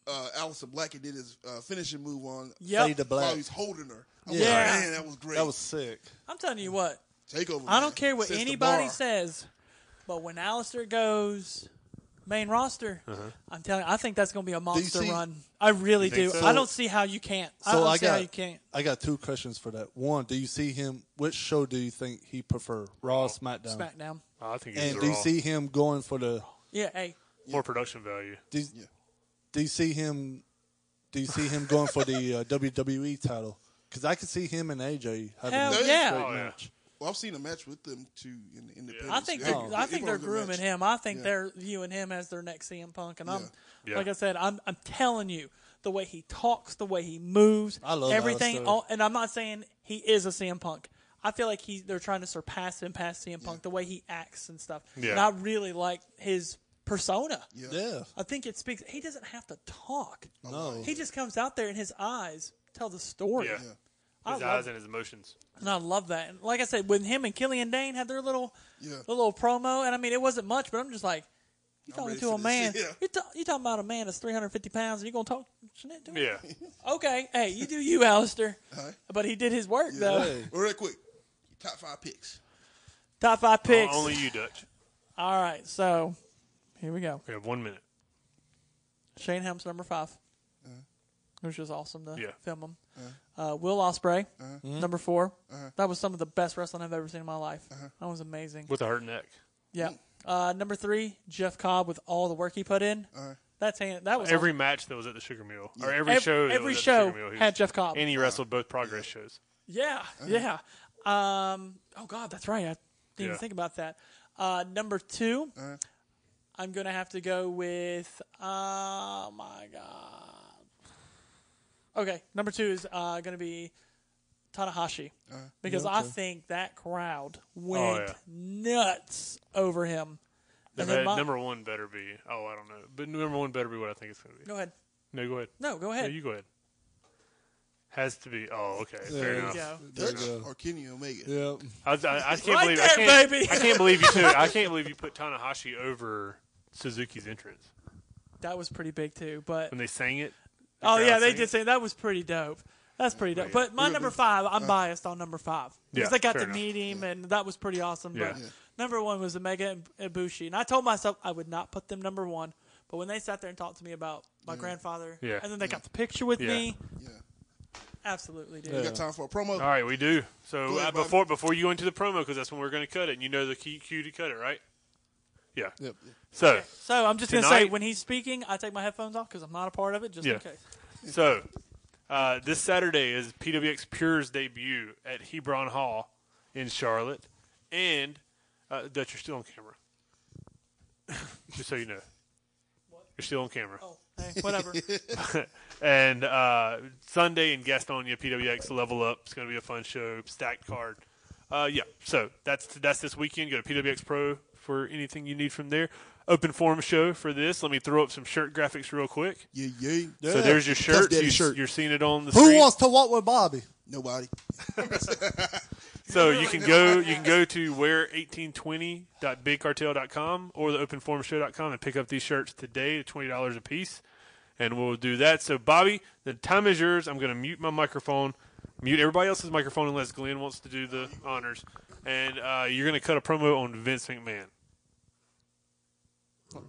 uh, Allison Black did his uh, finishing move on uh, yep. Fade to while black. he's holding her. I Yeah. was like, man, that was great. That was sick. I'm telling you what. takeover. I man. don't care what Sets the anybody bar. says, but when Alistair goes main roster, I'm telling you, I think that's going to be a monster see- run. I really do. think so? I don't see how you can't. I So don't I, see got how you can't. I got two questions for that. One, do you see him? Which show do you think he prefer? Raw, or SmackDown. Oh, SmackDown. I think it And was do you raw. see him going for the? Yeah, hey. more production value. Do, Yeah. do you see him? Do you see him going for the uh, WWE title? Because I could see him and AJ having Hell a yeah. great Oh, yeah. match. Well, I've seen a match with them too in the independence. I think They- they're, I they think they're put on a good grooming match. him. I think Yeah. they're viewing him as their next CM Punk. And I'm, Yeah. like I said, I'm, I'm telling you, the way he talks, the way he moves, I love everything. Aleister. All, and I'm not saying he is a CM Punk. I feel like he they're trying to surpass him past CM Punk, the way he acts and stuff. Yeah. And I really like his persona. Yeah. I think it speaks. He doesn't have to talk. No. He just comes out there and his eyes tell the story. Yeah. I His love eyes and his emotions. and I love that. And like I said, when him and Killian Dane had their little, Yeah. their little promo, and I mean, it wasn't much, but I'm just like, you ready talking to for a this. man? Yeah. You ta- you talking about a man that's 350 pounds, and you gonna talk shit to him? Yeah. Okay, hey, you do you, Alistair. Alright. But he did his work though. Hey, Well, real quick, top five picks. Top five picks. Uh, Only you, Dutch. All right, so here we go. We have one minute. Shane Helms number five, Uh-huh. which was awesome to Yeah. film him. Uh, Will Osprey Uh-huh. number 4 That was some of the best wrestling I've ever seen in my life. Uh-huh. That was amazing. With a hurt neck. Yeah. Uh, number three, Jeff Cobb with all the work he put in. Uh-huh. That's hand, that was Every match that was at the Sugar Mill. Or every, Ev- show that every was at show the Sugar Mill. he had was- Jeff Cobb. And he wrestled both progress shows. yeah, yeah. Um, oh God, that's right. I didn't Uh-huh. even Yeah. Uh-huh. think about that. Uh, number 2 i I'm gonna have to go with. Oh my God. Okay, number two is uh, gonna be Tanahashi Uh-huh. because I think that crowd went Oh, yeah. nuts over him. The And then red- my- number one better be. Oh, I don't know. But number one better be what I think it's going to be. Go ahead. No, go ahead. No, go No, ahead. you go ahead. Has to be. Oh, okay. Fair Yeah. enough. go. There you Dutch go. or Kenny Omega. yeah. I, I, I can't Right believe I there, can't, baby. I can't believe you too. I can't believe you put Tanahashi over Suzuki's entrance That was pretty big too, but when they sang it. the Oh crowd yeah, they sang did it. say that was pretty dope. That's pretty dope. But my number five, I'm biased on number five uh, Yeah, because I got fair to enough. meet him, and that was pretty awesome. But Yeah. Yeah. number one was Omega and Ibushi, and I told myself I would not put them number one. But when they sat there and talked to me about my grandfather, Mm. Yeah. and then they got the picture with Yeah. me, Yeah. absolutely, dude. You got time for a promo? All right, we do. Go So uh, ahead, Bobby. before before you go into the promo, because that's when we're going to cut it, and you know the key cue to cut it, right? Yeah. Yep. So So I'm just gonna say Tonight- when he's speaking, I take my headphones off because I'm not a part of it, just Yeah. in case. so uh, this Saturday is PWX Pure's debut at Hebron Hall in Charlotte, and uh, that you're still on camera. Just so you know, you're still on camera. Oh, hey, whatever. And uh, Sunday in Gastonia, PWX Level Up. It's going to be a fun show. Stacked card. Uh, yeah. So that's that's this weekend. Go to PWX Pro for anything you need from there. Open forum show for this. Let me throw up some shirt graphics real quick. Yeah, yeah. So there's your Tough shirts. Daddy You, shirt. You're seeing it on the Who screen. wants to walk with Bobby? Nobody. so you can go you can go to wear1820.bigcartel.com or the openforumshow.com and pick up these shirts today at twenty dollars a piece. and we'll do that. So, Bobby, the time is yours. I'm going to mute my microphone, mute everybody else's microphone unless Glenn wants to do the honors. And uh, you're going to cut a promo on Vince McMahon.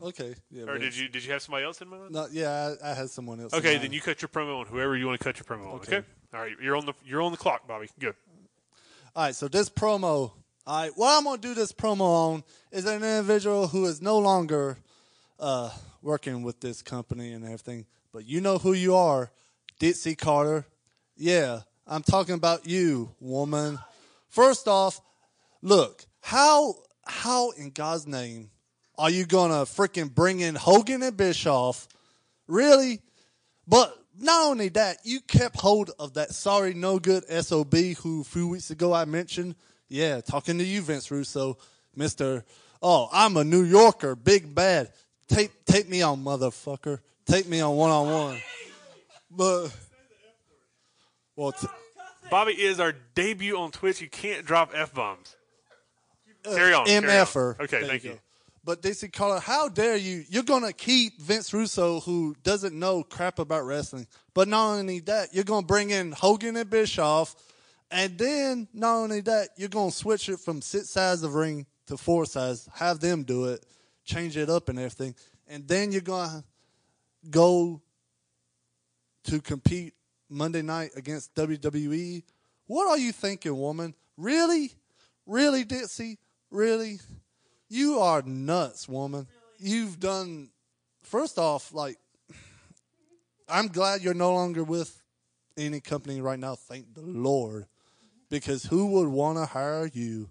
Okay. Yeah, Or but- did you did you have somebody else in mind? No, yeah, I, I had someone else. in Okay, mind. then you cut your promo on whoever you want to cut your promo on. Okay. Okay. All right, you're on the you're on the clock, Bobby. Good. All right, so this promo. All right, what I'm gonna do this promo on is an individual who is no longer uh, working with this company and everything, but you know who you are, Dixie Carter. Yeah, I'm talking about you, woman. First off, look how how in God's name are you gonna freaking bring in Hogan and Bischoff? Really? But not only that, you kept hold of that sorry, no good SOB who a few weeks ago I mentioned. Yeah, talking to you, Vince Russo, Mr. Oh, I'm a New Yorker, big bad. Take, take me on, motherfucker. Take me on one on one. But, well, t- Bobby is our debut on Twitch. You can't drop f bombs. Carry on. carry on. MFer. Okay, There thank er. you you. go. But Dixie Carter, how dare you? You're going to keep Vince Russo, who doesn't know crap about wrestling. But not only that, you're going to bring in Hogan and Bischoff. And then, not only that, you're going to switch it from six sides of ring to four sides, have them do it, change it up and everything. And then you're going to go to compete Monday night against WWE. What are you thinking, woman? Really? Really, Dixie? Really? You are nuts, woman. You've done, first off, like, I'm glad you're no longer with any company right now. Thank the Lord. Because who would want to hire you